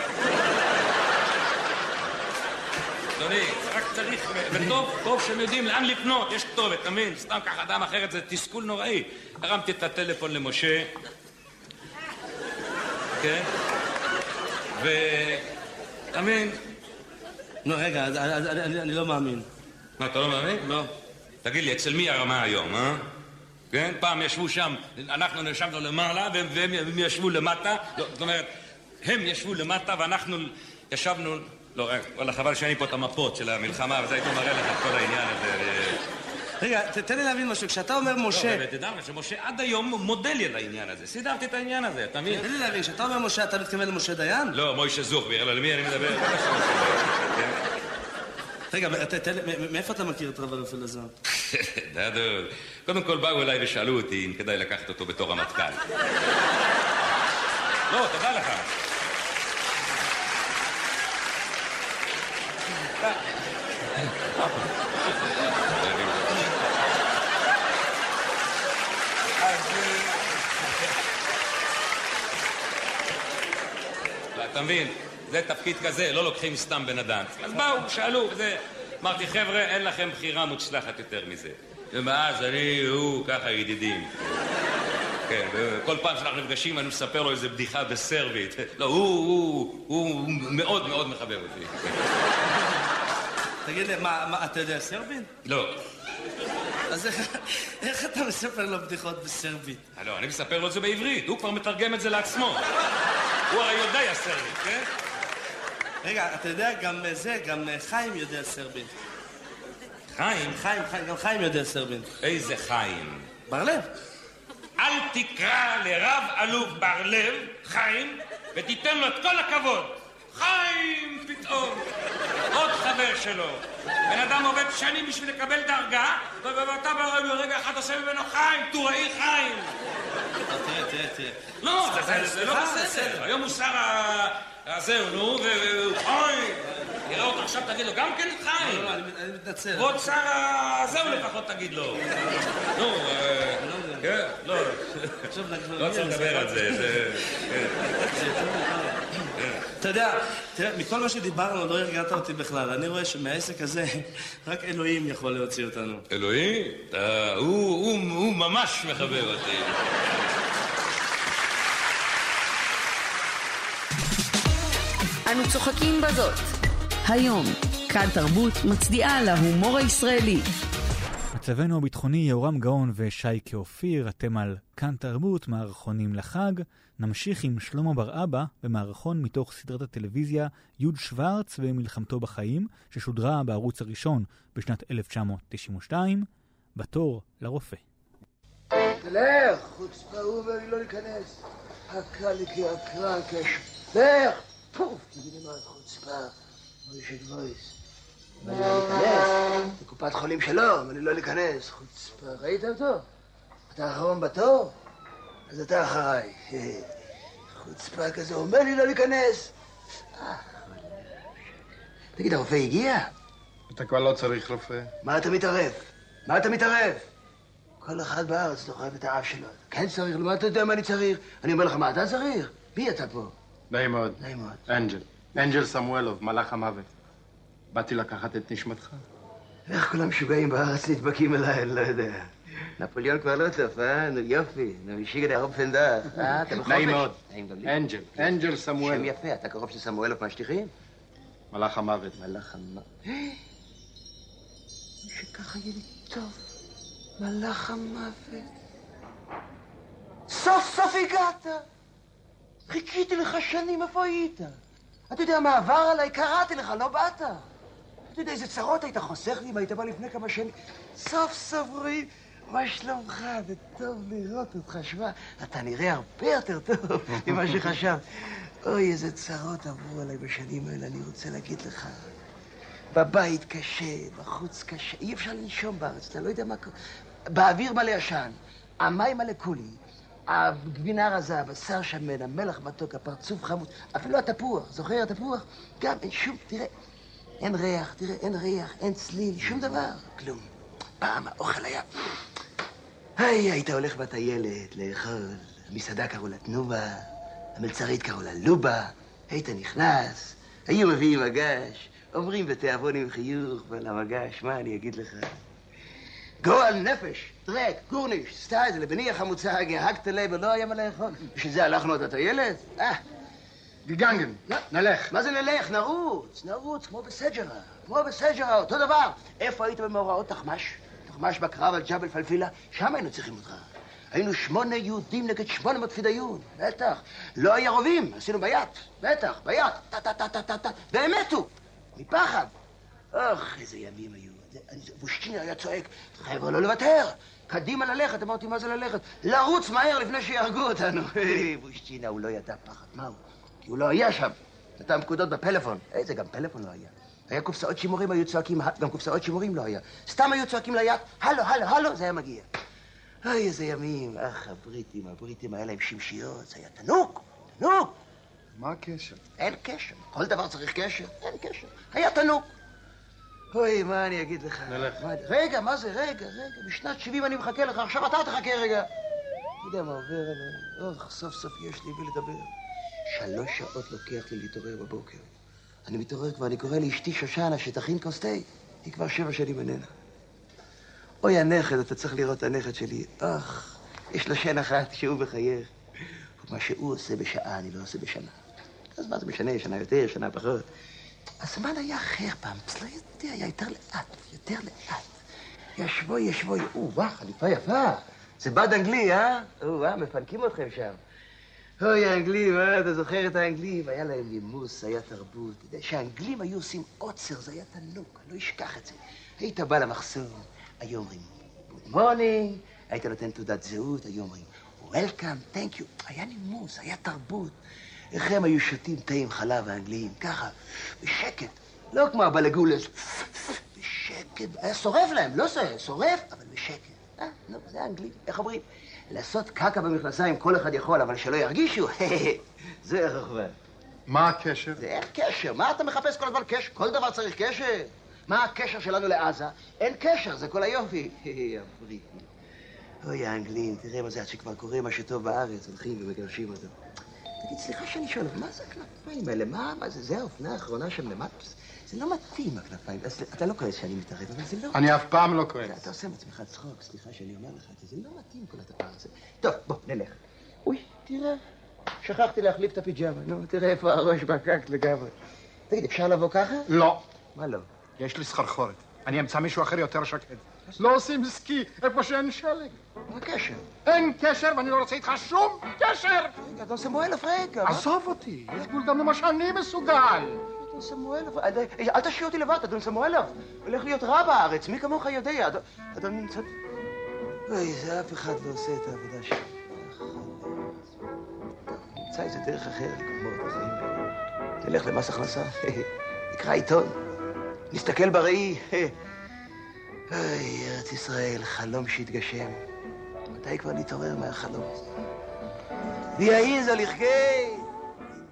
S9: אדוני, רק צריך, ו- וטוב, טוב שהם יודעים לאן לפנות, יש כתובת, אתה מבין? סתם ככה אדם אחרת זה תסכול נוראי. הרמתי את הטלפון למשה, כן? ו... אתה מבין?
S8: נו, רגע, אז- אז- אני- אני- אני לא מאמין.
S9: מה, אתה לא מאמין?
S8: לא.
S9: תגיד לי, אצל מי הרמה היום, אה? כן? פעם ישבו שם, אנחנו ישבנו למעלה והם, והם הם ישבו למטה. לא, זאת אומרת, הם ישבו למטה ואנחנו ישבנו... לא, רגע, וואלה, חבל שאין לי פה את המפות של המלחמה, וזה הייתי מראה לך את כל העניין הזה. אה. ו-
S8: רגע, ת- תן לי להבין משהו, כשאתה אומר משה...
S9: לא, ותדע לך שמשה עד היום מודה לי על העניין הזה. סידרתי את העניין הזה, אתה מבין?
S8: תן לי להבין, כשאתה אומר משה, אתה מתכוון למשה דיין?
S9: לא, מוישה זוכביר, אלא למי אני מדבר?
S8: רגע, ת- תן לי- מ- מ- מאיפה אתה מכיר את רב אלוף אלעזר?
S9: דדו. קודם כל באו אליי ושאלו אותי אם כדאי לקחת אותו בתור רמטכ"ל. לא, תודה לך. לא, אתה מבין? זה תפקיד כזה, לא לוקחים סתם בן אדם. אז באו, שאלו, וזה... אמרתי, חבר'ה, אין לכם בחירה מוצלחת יותר מזה. ומאז אני, הוא, ככה ידידים. כן, וכל פעם שאנחנו נפגשים אני מספר לו איזה בדיחה בסרבית. לא, הוא, הוא, הוא, הוא מאוד מאוד מחבב אותי.
S8: תגיד לי, מה, מה, אתה יודע סרבין?
S9: לא,
S8: אז איך- איך אתה מספר לו בדיחות בסרבית?
S9: לא, אני מספר לו את זה בעברית, הוא כבר מתרגם את זה לעצמו. הוא הרי יודע סרבית, כן?
S8: רגע, אתה יודע, גם אה, זה, גם אה, חיים יודע סרבין.
S9: חיים,
S8: חיים, חיים, גם חיים יודע סרבין.
S9: איזה חיים.
S8: בר לב.
S9: אל תקרא לרב אלוף בר לב, חיים, ותיתן לו את כל הכבוד. חיים, פתאום. עוד חבר שלו. בן אדם עובד שנים בשביל לקבל דרגה, ו- ו- ואתה ברגע אחד עושה ממנו חיים, טוראי חיים.
S8: לא, תראה, תראה, תראה.
S9: לא, זה- זה- זה לא
S8: סליחה,
S9: בסדר.
S8: בסדר.
S9: היום הוא שר ה... זהו, נו, והוא חיים. נראה אותו עכשיו, תגיד לו, גם כן חיים.
S8: לא, לא, אני אני מתנצל.
S9: כבוד שר ה... זהו לפחות תגיד לו. נו, אה, כן, לא,
S8: עכשיו נגיד-
S9: לא צריך לדבר על זה, זה... כן.
S8: אתה יודע, תראה, מכל מה שדיברנו לא הרגעת אותי בכלל. אני רואה שמהעסק הזה רק אלוהים יכול להוציא אותנו.
S9: אלוהים, אתה- הוא הוא- הוא ממש מחבב אותי.
S3: אנו צוחקים בזאת.
S2: היום, כאן תרבות מצדיעה להומור הישראלי.
S4: מצבנו הביטחוני יהורם גאון ושי כאופיר, אתם על כאן תרבות, מערכונים לחג. נמשיך עם שלמה בר אבא במערכון מתוך סדרת הטלוויזיה יוד שוורץ ומלחמתו בחיים, ששודרה בערוץ הראשון בשנת 1992, בתור לרופא.
S10: לך! חוצפה אומר לי לא להיכנס. הקליקי הקרקש. לך! פוף! תגידי מה את חוצפה. מוישה גבויס. אומר לא לי לא להיכנס. זה קופת חולים שלו, אומר לי לא להיכנס. חוצפה. ראית אותו? אתה האחרון בתור? אז אתה אחריי. חוצפה כזה אומר לי לא להיכנס. אה, תגיד, הרופא הגיע?
S11: אתה כבר לא צריך רופא.
S10: מה אתה מתערב? מה אתה מתערב? כל אחד בארץ דוחף את האף שלו. כן צריך, למה אתה יודע מה אני צריך? אני אומר לך, מה אתה צריך? מי אתה פה?
S11: נעים מאוד.
S10: נעים מאוד.
S11: אנג'ל. אנג'ל סמואלוב, מלאך המוות. באתי לקחת את נשמתך.
S10: איך כל המשוגעים בארץ נדבקים אליי, אני לא יודע. נפוליאון כבר לא טוב, אה? נו יופי, נו אישיגל הרופנדה. אה, אתה בחופש?
S11: נעים מאוד.
S10: נעים גם לי.
S11: אנג'ל, אנג'ל סמואלוב.
S10: שם יפה, אתה קרוב של סמואלוב מהשטיחים?
S11: מלאך המוות.
S10: מלאך המוות. שככה יהיה לי טוב. מלאך המוות. סוף סוף הגעת. חיכיתי לך שנים, איפה היית? אתה יודע מה עבר עליי? קראתי לך, לא באת. אתה יודע איזה צרות היית חוסך לי אם היית בא לפני כמה שנים? סוף סוף רואים, מה שלומך? זה טוב לראות אותך. שמע, אתה נראה הרבה יותר טוב ממה שחשבת. אוי, איזה צרות עברו עליי בשנים האלה, אני רוצה להגיד לך. בבית קשה, בחוץ קשה, אי אפשר לנשום בארץ, אתה לא יודע מה קורה. באוויר מלא עשן, המים מלא קולי, הגבינה רזה, הבשר שמן, המלח מתוק, הפרצוף חמוד, אפילו התפוח, זוכר התפוח? גם אין שום, תראה, אין ריח, תראה, אין ריח, אין צליל, שום דבר, כלום. פעם האוכל היה... היי, היית הולך בטיילת לאכול, המסעדה קראו לה תנובה, המלצרית קראו לה לובה, היית נכנס, היו מביאים מגש, אומרים בתיאבון עם חיוך ועל המגש, מה אני אגיד לך? גועל נפש, טרק, גורניש, סטייז, לבני החמוצה הגהגת לי ולא היה מה לאכול. בשביל זה הלכנו עד הטיילת? אה,
S11: גיגנגן,
S10: לא.
S11: נלך.
S10: מה זה נלך? נרוץ, נרוץ, כמו בסג'רה, כמו בסג'רה, אותו דבר. איפה היית במאורעות תחמש? תחמש בקרב על ג'בל פלפילה? שם היינו צריכים אותך. היינו שמונה יהודים נגד שמונה מאות פדאיון, בטח. לא היה רובים, עשינו ביד, בטח, ביד, טה-טה-טה-טה-טה, והם מתו, מפחד. אוח, איזה ימים היו. זה- אני- בושטיני היה צועק, חבר'ה, לא לוותר, קדימה ללכת. אמרתי, מה זה ללכת? לרוץ מהר לפני שיהרגו אותנו. היי, בושטינה, הוא לא ידע פחד, מה הוא? כי הוא לא היה שם. נתן פקודות בפלאפון. איזה, גם פלאפון לא היה. היה קופסאות שימורים, היו צועקים, גם קופסאות שימורים לא היה. סתם היו צועקים ליד, הלו, הלו, הלו, זה היה מגיע. אוי, איזה ימים. אך, הבריטים, הבריטים, היה להם שמשיות, זה היה תנוק, תנוק.
S11: מה הקשר?
S10: אין קשר. כל דבר צריך קשר, אין קשר. היה תנוק. אוי, מה אני אגיד לך?
S11: נלך.
S10: מה- רגע, מה זה? רגע, רגע. בשנת 70 אני מחכה לך, עכשיו אתה תחכה רגע. אתה יודע מה עובר עליי?
S12: לא,
S10: אוח, סוף סוף יש לי מי לדבר. שלוש שעות לוקח לי להתעורר בבוקר. אני מתעורר כבר, אני קורא לאשתי שושנה שתכין כוס תה. היא כבר שבע שנים איננה. אוי, הנכד, אתה צריך לראות את הנכד שלי. אך, יש לו שן אחת שהוא מחייך. מה שהוא עושה בשעה, אני לא עושה בשנה. אז מה זה משנה, שנה יותר, שנה פחות? הזמן היה אחר פעם, אצלו יודע, היה יותר לאט, יותר לאט. ישבו, ישבו, או, וואה, חליפה יפה. זה בד אנגלי, אה? או, וואה, מפנקים אתכם שם. אוי, האנגלים, אה, אתה זוכר את האנגלים? היה להם נימוס, היה תרבות. אתה יודע, כשהאנגלים היו עושים עוצר, זה היה תנוק, אני לא אשכח את זה. היית בא למחסום, היו אומרים, גוד מורנינג, היית נותן תעודת זהות, היו אומרים, וולקאם, תנק יו. היה נימוס, היה תרבות. איך הם היו שותים תה עם חלב האנגליים, ככה, בשקט. לא כמו הבלגולס, בשקט. היה שורף להם, לא שורף, שורף, אבל בשקט. אה, נו, זה האנגלים, איך אומרים? לעשות קקה במכנסיים כל אחד יכול, אבל שלא ירגישו, זה החוכמה.
S11: מה הקשר?
S10: זה אין קשר, מה אתה מחפש כל הזמן קשר? כל דבר צריך קשר. מה הקשר שלנו לעזה? אין קשר, זה כל היופי. הבריטים. אוי, האנגלים, תראה מה זה, עד שכבר קורה מה שטוב בארץ, הולכים ומגרשים אותו. תגיד, סליחה שאני שואל, אבל מה זה הכנפיים האלה? מה, מה זה, זה האופנה האחרונה שם למטה? זה לא מתאים, הכנפיים. אז אתה לא כועס שאני מתערב, אבל זה לא...
S11: אני אף פעם לא
S10: אתה-
S11: כועס.
S10: אתה עושה מעצמך צחוק, סליחה שאני אומר לך את זה, זה לא מתאים כל הדבר הזה. טוב, בוא, נלך. אוי, תראה, שכחתי להחליף את הפיג'מה, נו, תראה איפה הראש בקק לגמרי. תגיד, אפשר לבוא ככה?
S11: לא.
S10: מה לא?
S11: יש לי סחרחורת. אני אמצא מישהו אחר יותר שקט. לא עושים סקי איפה שאין שלג.
S10: מה הקשר?
S11: אין קשר ואני לא רוצה איתך שום קשר!
S10: רגע, אתה סמואלוף, רגע. מה?
S11: עזוב אותי, יש גבול גם למה שאני מסוגל!
S10: אדון סמואלוף, אד- אי, אה, אל תשאיר אותי לבד, אדון סמואלוף. הולך להיות רע בארץ, מי כמוך יודע. אד- אדון נמצא... אוי, זה אף אחד לא עושה את העבודה שלו. טוב, נמצא איזה דרך אחרת לגמור את החיים האלה. נלך למס הכנסה, נקרא עיתון, נסתכל בראי. אוי, ארץ ישראל, חלום שהתגשם. מתי כבר נתעורר מהחלום הזה? ויעיז הלכגי,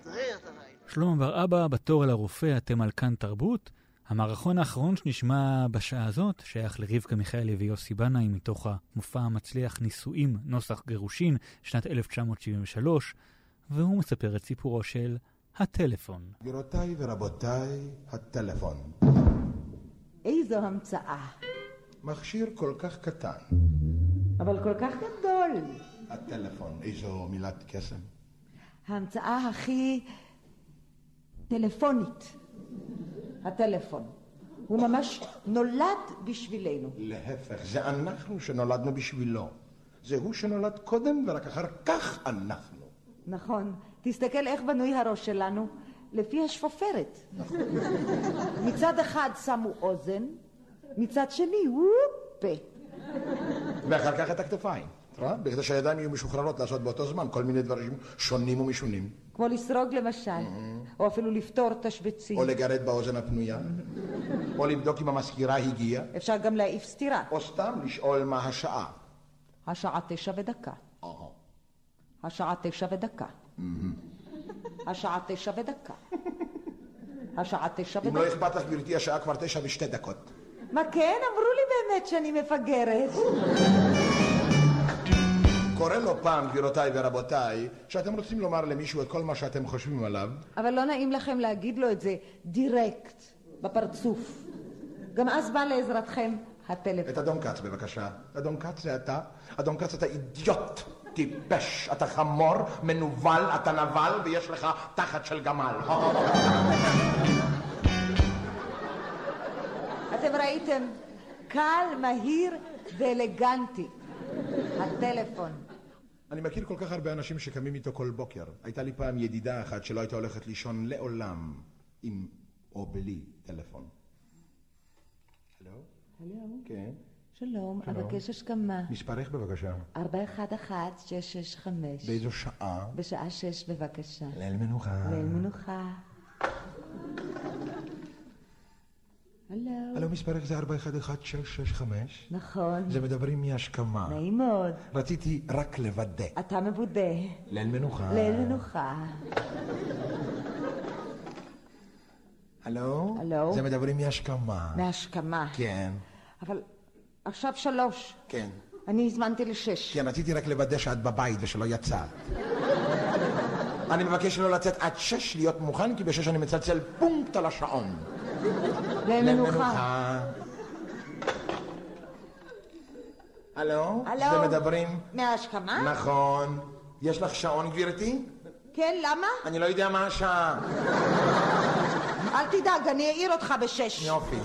S10: נתעורר את הרעיון.
S4: שלמה בר אבא, בתור אל הרופא, אתם על כאן תרבות. המערכון האחרון שנשמע בשעה הזאת שייך לרבקה מיכאלי ויוסי בנאי מתוך המופע המצליח נישואים נוסח גירושין שנת 1973, והוא מספר את סיפורו של הטלפון.
S13: גבירותיי ורבותיי, הטלפון.
S14: איזו המצאה.
S13: מכשיר כל כך קטן.
S14: אבל כל כך גדול.
S13: הטלפון, איזו מילת קסם.
S14: ההמצאה הכי טלפונית. הטלפון. הוא ממש נולד בשבילנו.
S13: להפך, זה אנחנו שנולדנו בשבילו. זה הוא שנולד קודם ורק אחר כך אנחנו.
S14: נכון. תסתכל איך בנוי הראש שלנו, לפי השפופרת. מצד אחד שמו אוזן, מצד שני, וופ, פה.
S13: ואחר כך את הכתפיים. את רואה? בכדי שהידיים יהיו משוחררות לעשות באותו זמן כל מיני דברים שונים ומשונים.
S14: כמו לסרוג למשל, או אפילו לפתור תשבצים.
S13: או לגרד באוזן הפנויה, או לבדוק אם המזכירה הגיעה.
S14: אפשר גם להעיף סטירה.
S13: או סתם לשאול מה השעה.
S14: השעה תשע ודקה. השעה תשע ודקה. השעה תשע ודקה. השעה תשע ודקה.
S13: אם לא אכפת לך, גברתי, השעה כבר תשע ושתי דקות.
S14: מה כן? אמרו לי באמת שאני מפגרת.
S13: קורה לא פעם, גבירותיי ורבותיי, שאתם רוצים לומר למישהו את כל מה שאתם חושבים עליו.
S14: אבל לא נעים לכם להגיד לו את זה דירקט, בפרצוף. גם אז בא לעזרתכם הטלפון.
S13: את אדון כץ, בבקשה. אדון כץ זה אתה. אדון כץ אתה אידיוט. טיפש, אתה חמור, מנוול, אתה נבל, ויש לך תחת של גמל.
S14: אתם ראיתם, קל, מהיר ואלגנטי. הטלפון.
S13: אני מכיר כל כך הרבה אנשים שקמים איתו כל בוקר. הייתה לי פעם ידידה אחת שלא הייתה הולכת לישון לעולם עם או בלי טלפון.
S14: הלו? הלו? כן. שלום, אבקש השכמה.
S13: מספרך בבקשה.
S14: אה, 411-665.
S13: באיזו שעה?
S14: בשעה 6 בבקשה.
S13: ליל מנוחה.
S14: ליל מנוחה. הלו.
S13: הלו, מספרך זה 411665.
S14: נכון.
S13: זה מדברים מהשכמה.
S14: נעים מאוד.
S13: רציתי רק לוודא.
S14: אתה מוודה.
S13: ליל מנוחה.
S14: ליל מנוחה.
S13: הלו?
S14: הלו?
S13: זה מדברים מהשכמה.
S14: מהשכמה.
S13: כן.
S14: אבל עכשיו שלוש.
S13: כן.
S14: אני הזמנתי לשש.
S13: כן, רציתי רק לוודא שאת בבית ושלא יצאת. אני מבקש לא לצאת עד שש, להיות מוכן, כי בשש אני מצלצל פונקט על השעון.
S14: למנוחה.
S13: הלו? זה
S14: הלו?
S13: מדברים?
S14: מההשכמה?
S13: נכון. יש לך שעון, גברתי?
S14: כן, למה?
S13: אני לא יודע מה השעה.
S14: אל תדאג, אני אעיר אותך בשש.
S13: יופי.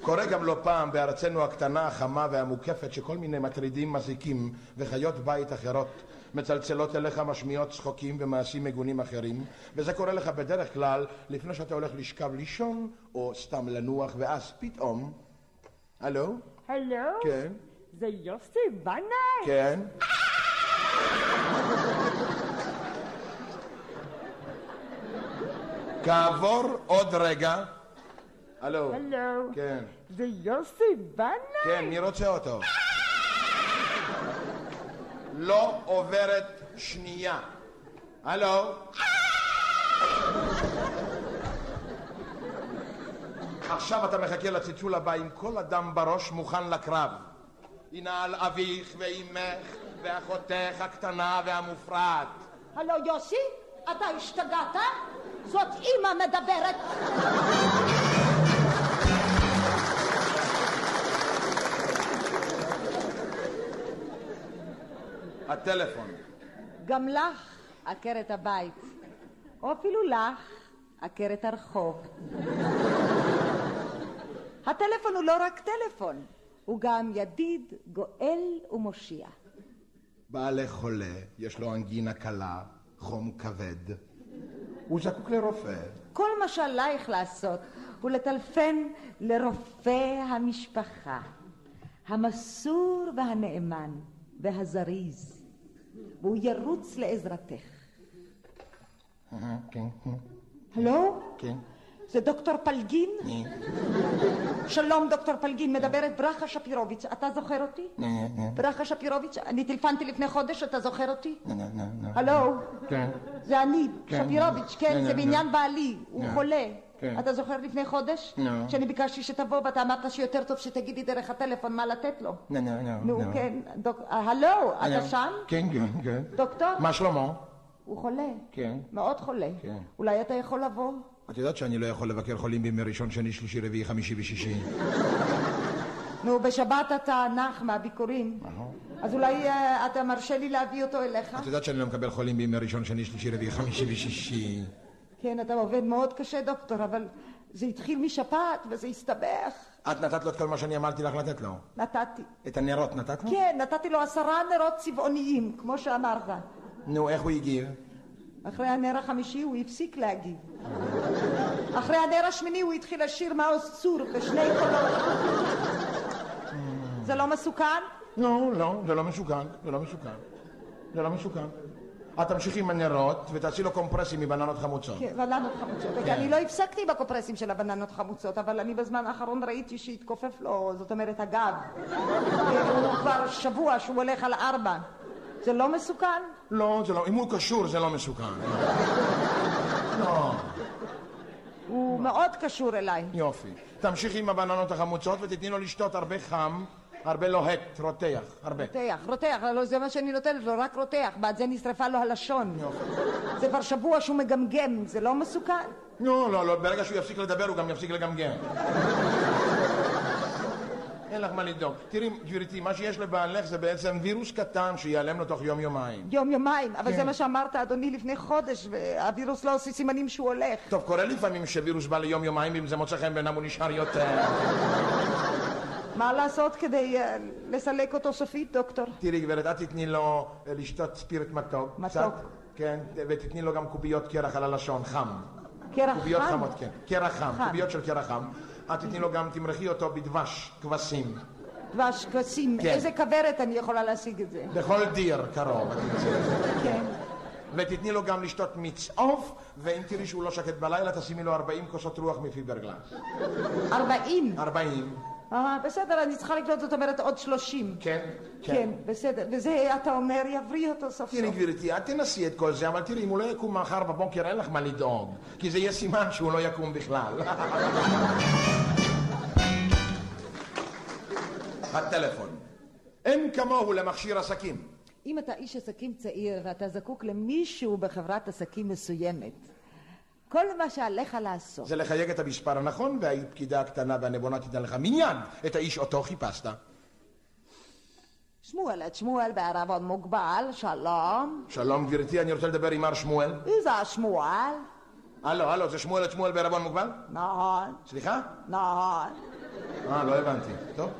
S13: קורה גם לא פעם בארצנו הקטנה, החמה והמוקפת, שכל מיני מטרידים מזיקים וחיות בית אחרות מצלצלות אליך, משמיעות צחוקים ומעשים מגונים אחרים, וזה קורה לך בדרך כלל לפני שאתה הולך לשכב לישון, או סתם לנוח, ואז פתאום... הלו?
S15: הלו?
S13: כן.
S15: זה יוסי בנאי?
S13: כן. כעבור עוד רגע... הלו.
S15: הלו.
S13: כן.
S15: זה יוסי בנאי?
S13: כן, מי רוצה אותו? לא עוברת שנייה. הלו? עכשיו אתה מחכה לצלצול הבא עם כל אדם בראש מוכן לקרב. הנה אביך ואימך ואחותך הקטנה והמופרעת.
S14: הלו יוסי, אתה השתגעת? זאת אימא מדברת.
S13: הטלפון.
S14: גם לך, עקרת הבית, או אפילו לך, עקרת הרחוב. הטלפון הוא לא רק טלפון, הוא גם ידיד, גואל ומושיע.
S13: בעלך חולה, יש לו אנגינה קלה, חום כבד. הוא זקוק לרופא.
S14: כל מה שעלייך לעשות הוא לטלפן לרופא המשפחה, המסור והנאמן והזריז, והוא ירוץ לעזרתך.
S13: כן.
S14: הלו?
S13: כן.
S14: זה דוקטור פלגין? שלום, דוקטור פלגין, מדברת ברכה שפירוביץ', אתה זוכר אותי?
S13: כן.
S14: ברכה שפירוביץ', אני טלפנתי לפני חודש, אתה זוכר אותי? הלו,
S13: כן.
S14: זה אני,
S13: אה. כן.
S14: שפירוביץ',
S13: נו,
S14: כן,
S13: נו,
S14: זה
S13: נו.
S14: בעניין בעלי, הוא
S13: נו.
S14: חולה.
S13: כן. לא.
S14: אתה זוכר לפני חודש?
S13: נו.
S14: שאני ביקשתי שתבוא ואתה אמרת שיותר טוב שתגידי דרך הטלפון מה לתת לו.
S13: נו, נו, נו.
S14: נו,
S13: נו.
S14: כן, דוק- אה, הלו, אתה
S13: נו.
S14: שם?
S13: כן, כן, כן.
S14: דוקטור?
S13: מה שלמה?
S14: הוא חולה,
S13: כן.
S14: מאוד חולה.
S13: כן.
S14: אולי אתה יכול לבוא?
S13: את יודעת שאני לא יכול לבקר חולים בימי ראשון, שני, שלישי, רביעי, חמישי ושישי.
S14: נו, בשבת אתה נח מהביקורים, אז אולי אה, אתה מרשה לי להביא אותו אליך?
S13: את יודעת שאני לא מקבל חולים בימי ראשון, שני, שלישי, רביעי, חמישי ושישי.
S14: כן, אתה עובד מאוד קשה, דוקטור, אבל זה התחיל משפעת וזה הסתבך.
S13: את נתת לו את כל מה שאני אמרתי לך לתת לו.
S14: נתתי.
S13: את הנרות נתת לו?
S14: כן, נתתי לו עשרה נרות צבעוניים, כמו שאמרת.
S13: נו, איך הוא הגיב?
S14: אחרי הנר החמישי הוא הפסיק להגיב. אחרי הנר השמיני הוא התחיל לשיר מעוז צור בשני קולות.
S13: אה.
S14: זה לא מסוכן?
S13: לא, לא, זה לא מסוכן, זה לא מסוכן. זה לא מסוכן. את תמשיכי עם הנרות ותעשי לו קומפרסים מבננות חמוצות.
S14: כן, בננות חמוצות.
S13: כן.
S14: אני לא הפסקתי עם הקופרסים של הבננות חמוצות, אבל אני בזמן האחרון ראיתי שהתכופף לו, זאת אומרת, הגב. הוא כבר שבוע שהוא הולך על ארבע. זה לא מסוכן?
S13: לא, זה לא, אם הוא קשור זה לא מסוכן. לא,
S14: הוא מאוד קשור אליי.
S13: יופי. תמשיכי עם הבננות החמוצות ותתני לו לשתות הרבה חם, הרבה לוהט, רותח, הרבה.
S14: רותח, רותח, לא, זה מה שאני נותנת לו, רק רותח. בעד זה נשרפה לו הלשון. זה כבר שבוע שהוא מגמגם, זה לא מסוכן?
S13: לא, לא, לא, ברגע שהוא יפסיק לדבר הוא גם יפסיק לגמגם. אין לך מה לדאוג. תראי, גברתי, מה שיש לבעלך זה בעצם וירוס קטן שייעלם לו תוך יום-יומיים.
S14: יום יומיים, אבל זה
S13: כן.
S14: מה שאמרת, אדוני, לפני חודש, והווירוס לא עושה סימנים שהוא הולך.
S13: טוב, קורה לפעמים שווירוס בא ליום-יומיים, ואם זה מוצא חן בעינם הוא נשאר יותר.
S14: מה לעשות כדי אה, לסלק אותו סופית, דוקטור?
S13: תראי, גברת, את תתני לו אה, לשתות ספירט מתוק.
S14: מתוק.
S13: קצת, כן, ותתני לו גם קוביות קרח על הלשון, חם.
S14: קרח
S13: קוביות
S14: חם?
S13: חמות, כן. קרח חם,
S14: חם.
S13: קוביות של קרח חם. את תתני לו גם, תמרחי אותו בדבש, כבשים.
S14: דבש, כבשים,
S13: כן.
S14: איזה כוורת אני יכולה להשיג את זה?
S13: בכל דיר קרוב. את תמצאי.
S14: כן.
S13: ותתני לו גם לשתות מיץ עוף, ואם תראי שהוא לא שקט בלילה, תשימי לו 40 כוסות רוח מפיברגלס.
S14: 40?
S13: 40.
S14: אה, בסדר, אני צריכה לקנות, זאת אומרת, עוד 30.
S13: כן, כן.
S14: כן, בסדר. וזה, אתה אומר, יבריא אותו סוף
S13: תראי,
S14: סוף.
S13: גברתי, את תנסי את כל זה, אבל תראי, אם הוא לא יקום מחר בבוקר, אין לך מה לדאוג, כי זה יהיה סימן שהוא לא יקום בכלל. הטלפון. אין כמוהו למכשיר עסקים.
S14: אם אתה איש עסקים צעיר ואתה זקוק למישהו בחברת עסקים מסוימת, כל מה שעליך לעשות...
S13: זה לחייג את המספר הנכון, והפקידה הקטנה והנבונה תיתן לך מניין את האיש אותו חיפשת.
S14: שמואל, את שמואל בערבון מוגבל, שלום.
S13: שלום, גברתי, אני רוצה לדבר עם מר שמואל.
S14: מי זה השמואל?
S13: הלו, הלו, זה שמואל את שמואל בערבון מוגבל?
S14: נכון,
S13: סליחה?
S14: נכון.
S13: אה, לא הבנתי. טוב.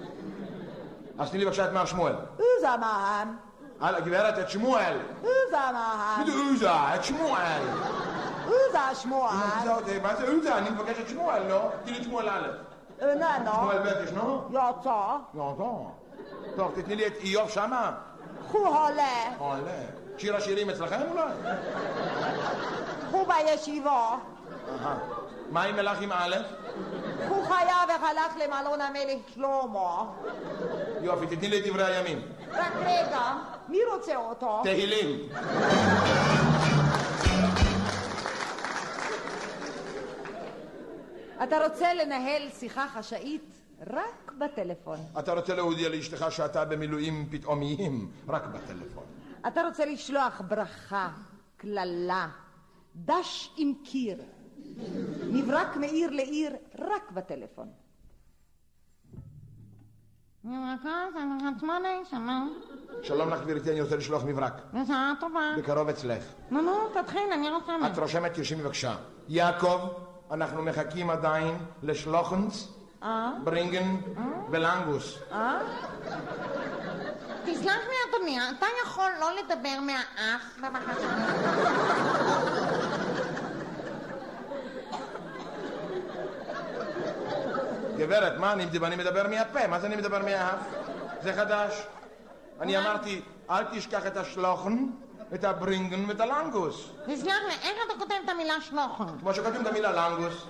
S13: אז תני לי בבקשה את מר שמואל.
S14: מי זה מהם?
S13: הלו, גברת, את שמואל.
S14: מי זה מהם?
S13: עוזה, כאילו את שמואל.
S14: מי זה השמואל?
S13: עוזה, מה זה עוזה? אני מבקש את שמואל, לא? תני לי שמואל א'.
S14: איננו.
S13: שמואל ב' ישנו?
S14: יוצא.
S13: לא, לא. טוב, תתני לי את איוב שמה.
S14: הוא עולה.
S13: עולה. שיר השירים אצלכם אולי?
S14: הוא בישיבה.
S13: אהה. מה עם מלאכים א'?
S14: הוא חיה וחלך למלון המלך שלמה.
S13: יופי, תתני לי את דברי הימים.
S14: רק רגע, מי רוצה אותו?
S13: אוקיי. תהילים.
S14: אתה רוצה לנהל שיחה חשאית רק בטלפון.
S13: אתה רוצה להודיע לאשתך שאתה במילואים פתאומיים, רק בטלפון.
S14: אתה רוצה לשלוח ברכה, קללה, דש עם קיר, מברק מעיר לעיר, רק בטלפון.
S16: "אה,
S13: שלום לך, גברתי, אני רוצה לשלוח מברק.
S16: בשעה טובה.
S13: בקרוב אצלך.
S16: נו, נו, תתחיל, אני רושמת.
S13: את רושמת, תרשמי בבקשה. יעקב, אנחנו מחכים עדיין לשלוחנס,
S16: אה?
S13: ברינגן ולנגוס.
S16: אה? תסלח לי, אדוני, אתה יכול לא לדבר מהאף, בבקשה?
S13: גברת, מה, אני, אני מדבר מהפה, מה זה אני מדבר מהאף? זה חדש. אני אמרתי, אל תשכח את השלוחן, את הברינגן ואת הלנגוס.
S16: תסלח לי, איך אתה כותב את המילה שלוחו?
S13: כמו שכותבים את המילה לנגוס.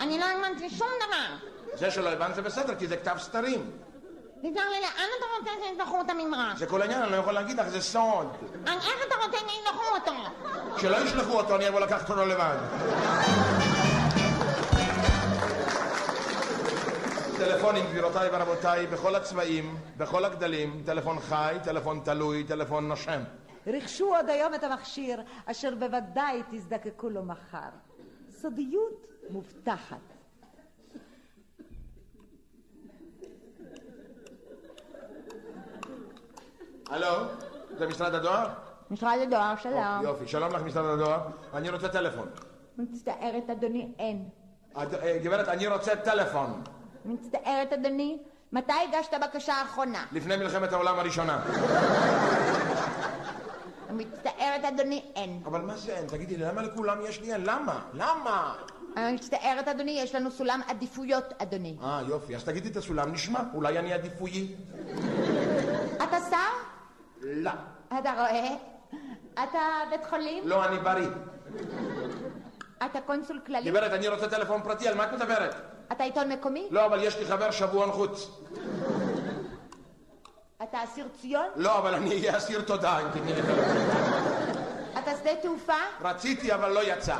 S16: אני לא האמנתי שום דבר.
S13: זה שלא הבנת זה בסדר, כי זה כתב סתרים.
S16: תסלח לי, לאן אתה רוצה שישלחו את הממרש?
S13: זה כל העניין, אני לא יכול להגיד לך, זה סוד.
S16: אז איך אתה רוצה שישלחו אותו?
S13: כשלא ישלחו אותו, אני אבוא לקחת אותו לבד. טלפונים, גבירותיי ורבותיי, בכל הצבעים, בכל הגדלים, טלפון חי, טלפון תלוי, טלפון נושם.
S14: רכשו עוד היום את המכשיר, אשר בוודאי תזדקקו לו מחר. סודיות מובטחת.
S13: הלו, זה משרד הדואר?
S14: משרד הדואר, שלום.
S13: יופי, שלום לך משרד הדואר. אני רוצה טלפון.
S14: מצטערת, אדוני, אין.
S13: את- אה, גברת, אני רוצה טלפון.
S14: מצטערת, אדוני. מתי הגשת בקשה האחרונה?
S13: לפני מלחמת העולם הראשונה.
S14: מצטערת, אדוני, אין.
S13: אבל מה זה אין? תגידי לי, למה לכולם יש לי אין? למה? למה?
S14: אני מצטערת, אדוני, יש לנו סולם עדיפויות, אדוני.
S13: אה, יופי, אז תגידי את הסולם, נשמע. אולי אני עדיפויי.
S14: אתה שר?
S13: לא.
S14: אתה רואה? אתה בית חולים?
S13: לא, אני בריא.
S14: אתה קונסול כללי?
S13: גברת, אני רוצה טלפון פרטי, על מה את מדברת?
S14: אתה עיתון מקומי?
S13: לא, אבל יש לי חבר שבועון חוץ.
S14: אתה אסיר ציון?
S13: לא, אבל אני אהיה אסיר תודה אם תתני לי טלפון.
S14: אתה שדה תעופה?
S13: רציתי, אבל לא יצא.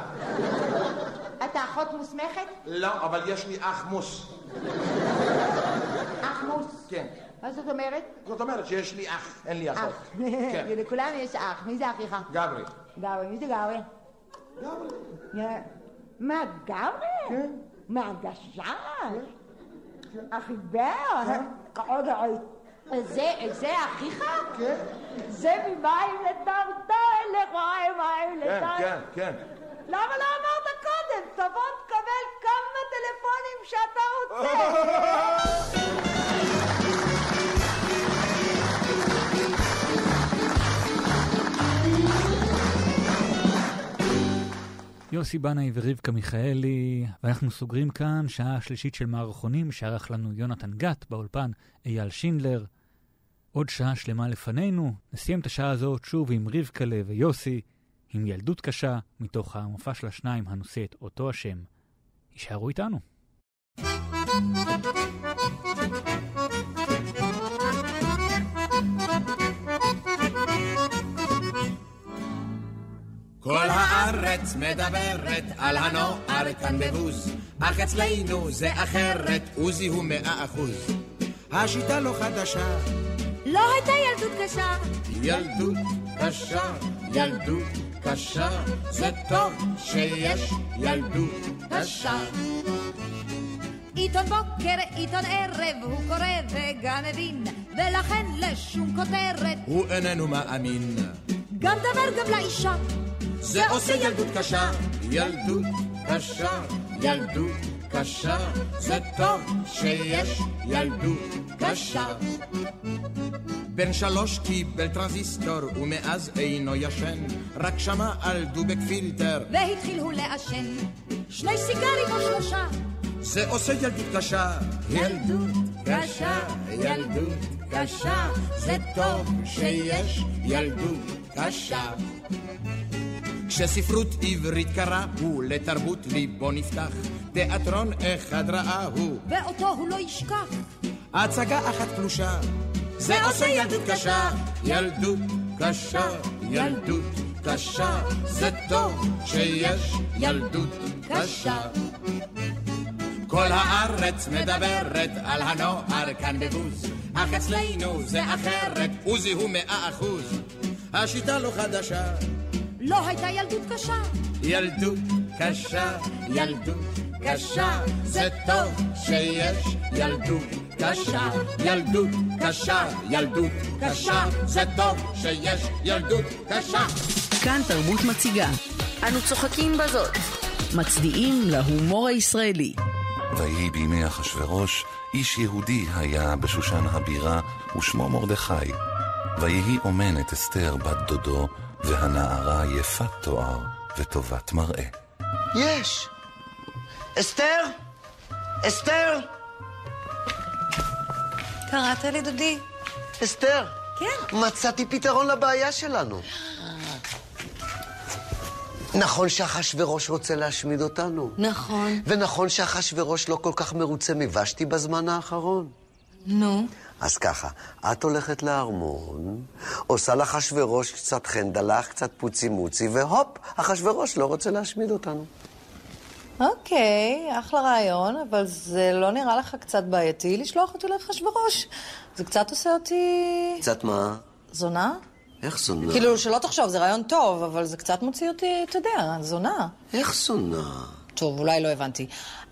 S14: אתה אחות מוסמכת?
S13: לא, אבל יש לי אח מוס.
S14: אח מוס.
S13: כן.
S14: מה זאת אומרת?
S13: זאת אומרת שיש לי אח, אין לי אחות.
S14: אח.
S13: כן.
S14: לכולם יש אח. מי זה אחיך?
S13: גברי.
S14: גאווי. מי זה גאווי? גאווי. מה, גאווי? כן. מה, גשש? החיבר? עוד עוד. זה, זה אחיך? כן. זה ממים לטרטר, לחיים
S13: כן,
S14: מים לטרטר.
S13: כן, כן.
S14: למה לא אמרת קודם? תבוא תקבל כמה טלפונים שאתה רוצה.
S4: יוסי בנאי ורבקה מיכאלי, ואנחנו סוגרים כאן שעה שלישית של מערכונים שערך לנו יונתן גת באולפן אייל שינדלר. עוד שעה שלמה לפנינו, נסיים את השעה הזאת שוב עם רבקלה ויוסי, עם ילדות קשה, מתוך המופע של השניים הנושא את אותו השם. הישארו איתנו.
S17: כל הארץ מדברת על הנוער כאן בבוז, אך אצלנו זה אחרת, עוזי הוא מאה אחוז. השיטה לא חדשה,
S18: לא הייתה ילדות קשה.
S17: ילדות קשה, ילדות קשה, זה טוב שיש ילדות קשה.
S18: עיתון בוקר, עיתון ערב, הוא קורא וגם מבין, ולכן לשום כותרת,
S17: הוא איננו מאמין,
S18: גם דבר גם לאישה.
S17: זה עושה ילדות קשה, ילדות קשה, ילדות קשה, זה טוב שיש ילדות קשה. בן שלוש קיבל טרנזיסטור, ומאז אינו ישן, רק שמע על דובק פילטר,
S18: והתחיל הוא לעשן, שני סיגרים או שלושה,
S17: זה עושה ילדות קשה. ילדות
S18: קשה,
S17: ילדות קשה, זה טוב שיש ילדות קשה. כשספרות עברית קראו, לתרבות ליבו נפתח, תיאטרון אחד ראהו,
S18: ואותו הוא לא ישכח.
S17: הצגה אחת פלושה. זה עושה ילדות קשה, ילדות קשה, ילדות קשה, זה טוב שיש ילדות קשה. כל הארץ מדברת על הנוער כאן בבוז, אך אצלנו זה אחרת, עוזי הוא מאה אחוז. השיטה לא חדשה,
S18: לא הייתה ילדות קשה,
S17: ילדות קשה, ילדות קשה, זה טוב שיש ילדות קשה, ילדות קשה, ילדות קשה, זה טוב שיש ילדות קשה.
S2: כאן תרבות מציגה. אנו צוחקים בזאת. מצדיעים להומור הישראלי.
S19: ויהי בימי אחשורוש, איש יהודי היה בשושן הבירה, ושמו מרדכי. ויהי אומנת אסתר בת דודו, והנערה יפת תואר וטובת מראה.
S12: יש! אסתר? אסתר?
S20: קראת לי, דודי?
S12: אסתר,
S20: כן.
S12: מצאתי פתרון לבעיה שלנו. נכון שאחשוורוש רוצה להשמיד אותנו.
S20: נכון.
S12: ונכון שאחשוורוש לא כל כך מרוצה מוושתי בזמן האחרון.
S20: נו.
S12: אז ככה, את הולכת לארמון, עושה לאחשוורוש קצת חנדלח, קצת פוצי מוצי, והופ, אחשוורוש לא רוצה להשמיד אותנו.
S20: אוקיי, אחלה רעיון, אבל זה לא נראה לך קצת בעייתי לשלוח אותי לאחשוורוש. זה קצת עושה אותי...
S12: קצת מה?
S20: זונה?
S12: איך זונה?
S20: כאילו, שלא תחשוב, זה רעיון טוב, אבל זה קצת מוציא אותי, אתה יודע, זונה.
S12: איך זונה?
S20: טוב, אולי לא הבנתי.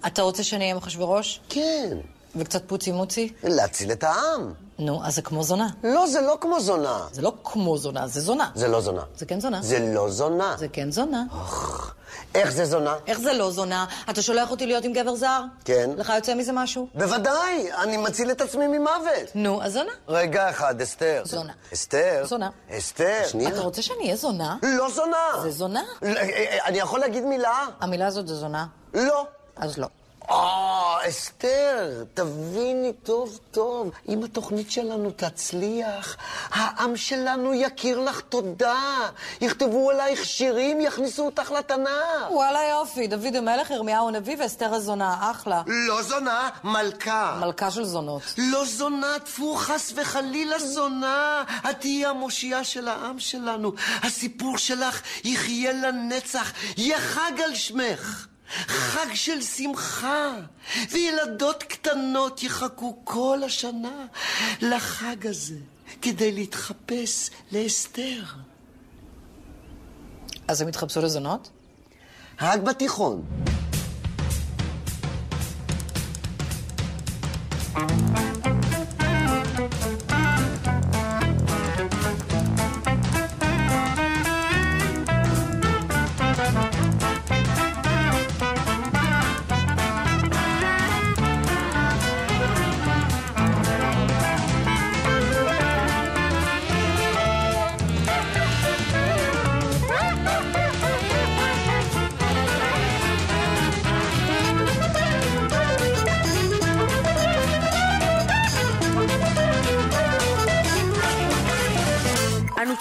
S20: אתה רוצה שאני אהיה עם אחשוורוש?
S12: כן.
S20: וקצת פוצי מוצי?
S12: להציל את העם.
S20: נו, אז זה כמו זונה.
S12: לא, זה לא כמו זונה.
S20: זה לא כמו זונה, זה זונה.
S12: זה לא זונה.
S20: זה כן זונה.
S12: זה לא זונה.
S20: זה כן זונה.
S12: אוח, איך זה זונה?
S20: איך זה לא זונה? אתה שולח אותי להיות עם גבר זר?
S12: כן.
S20: לך יוצא מזה משהו?
S12: בוודאי, אני מציל את עצמי ממוות. אה,
S20: נו, אז זונה.
S12: רגע אחד, אסתר.
S20: זונה.
S12: אסתר.
S20: זונה.
S12: אסתר.
S20: שנייה. אתה רוצה שאני אהיה זונה?
S12: לא זונה.
S20: זה זונה?
S12: לא, אני יכול להגיד מילה?
S20: המילה הזאת זה זונה.
S12: לא.
S20: אז לא.
S12: אה, אסתר, תביני טוב טוב, אם התוכנית שלנו תצליח, העם שלנו יכיר לך תודה. יכתבו עלייך שירים, יכניסו אותך לתנ"ך.
S20: וואלה יופי, דוד המלך, ירמיהו הנביא ואסתר הזונה, אחלה.
S12: לא זונה, מלכה.
S20: מלכה של זונות.
S12: לא זונה, טפו חס וחלילה זונה. את תהיי המושיעה של העם שלנו. הסיפור שלך יחיה לנצח, יהיה חג על שמך. חג של שמחה, וילדות קטנות יחכו כל השנה לחג הזה כדי להתחפש לאסתר.
S20: אז הם התחפשו לזונות?
S12: רק בתיכון.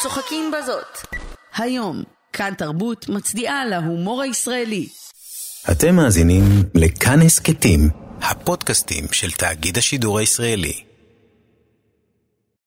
S3: צוחקים בזאת.
S2: היום, כאן תרבות מצדיעה להומור הישראלי.
S1: אתם מאזינים לכאן הסכתים, הפודקאסטים של תאגיד השידור הישראלי.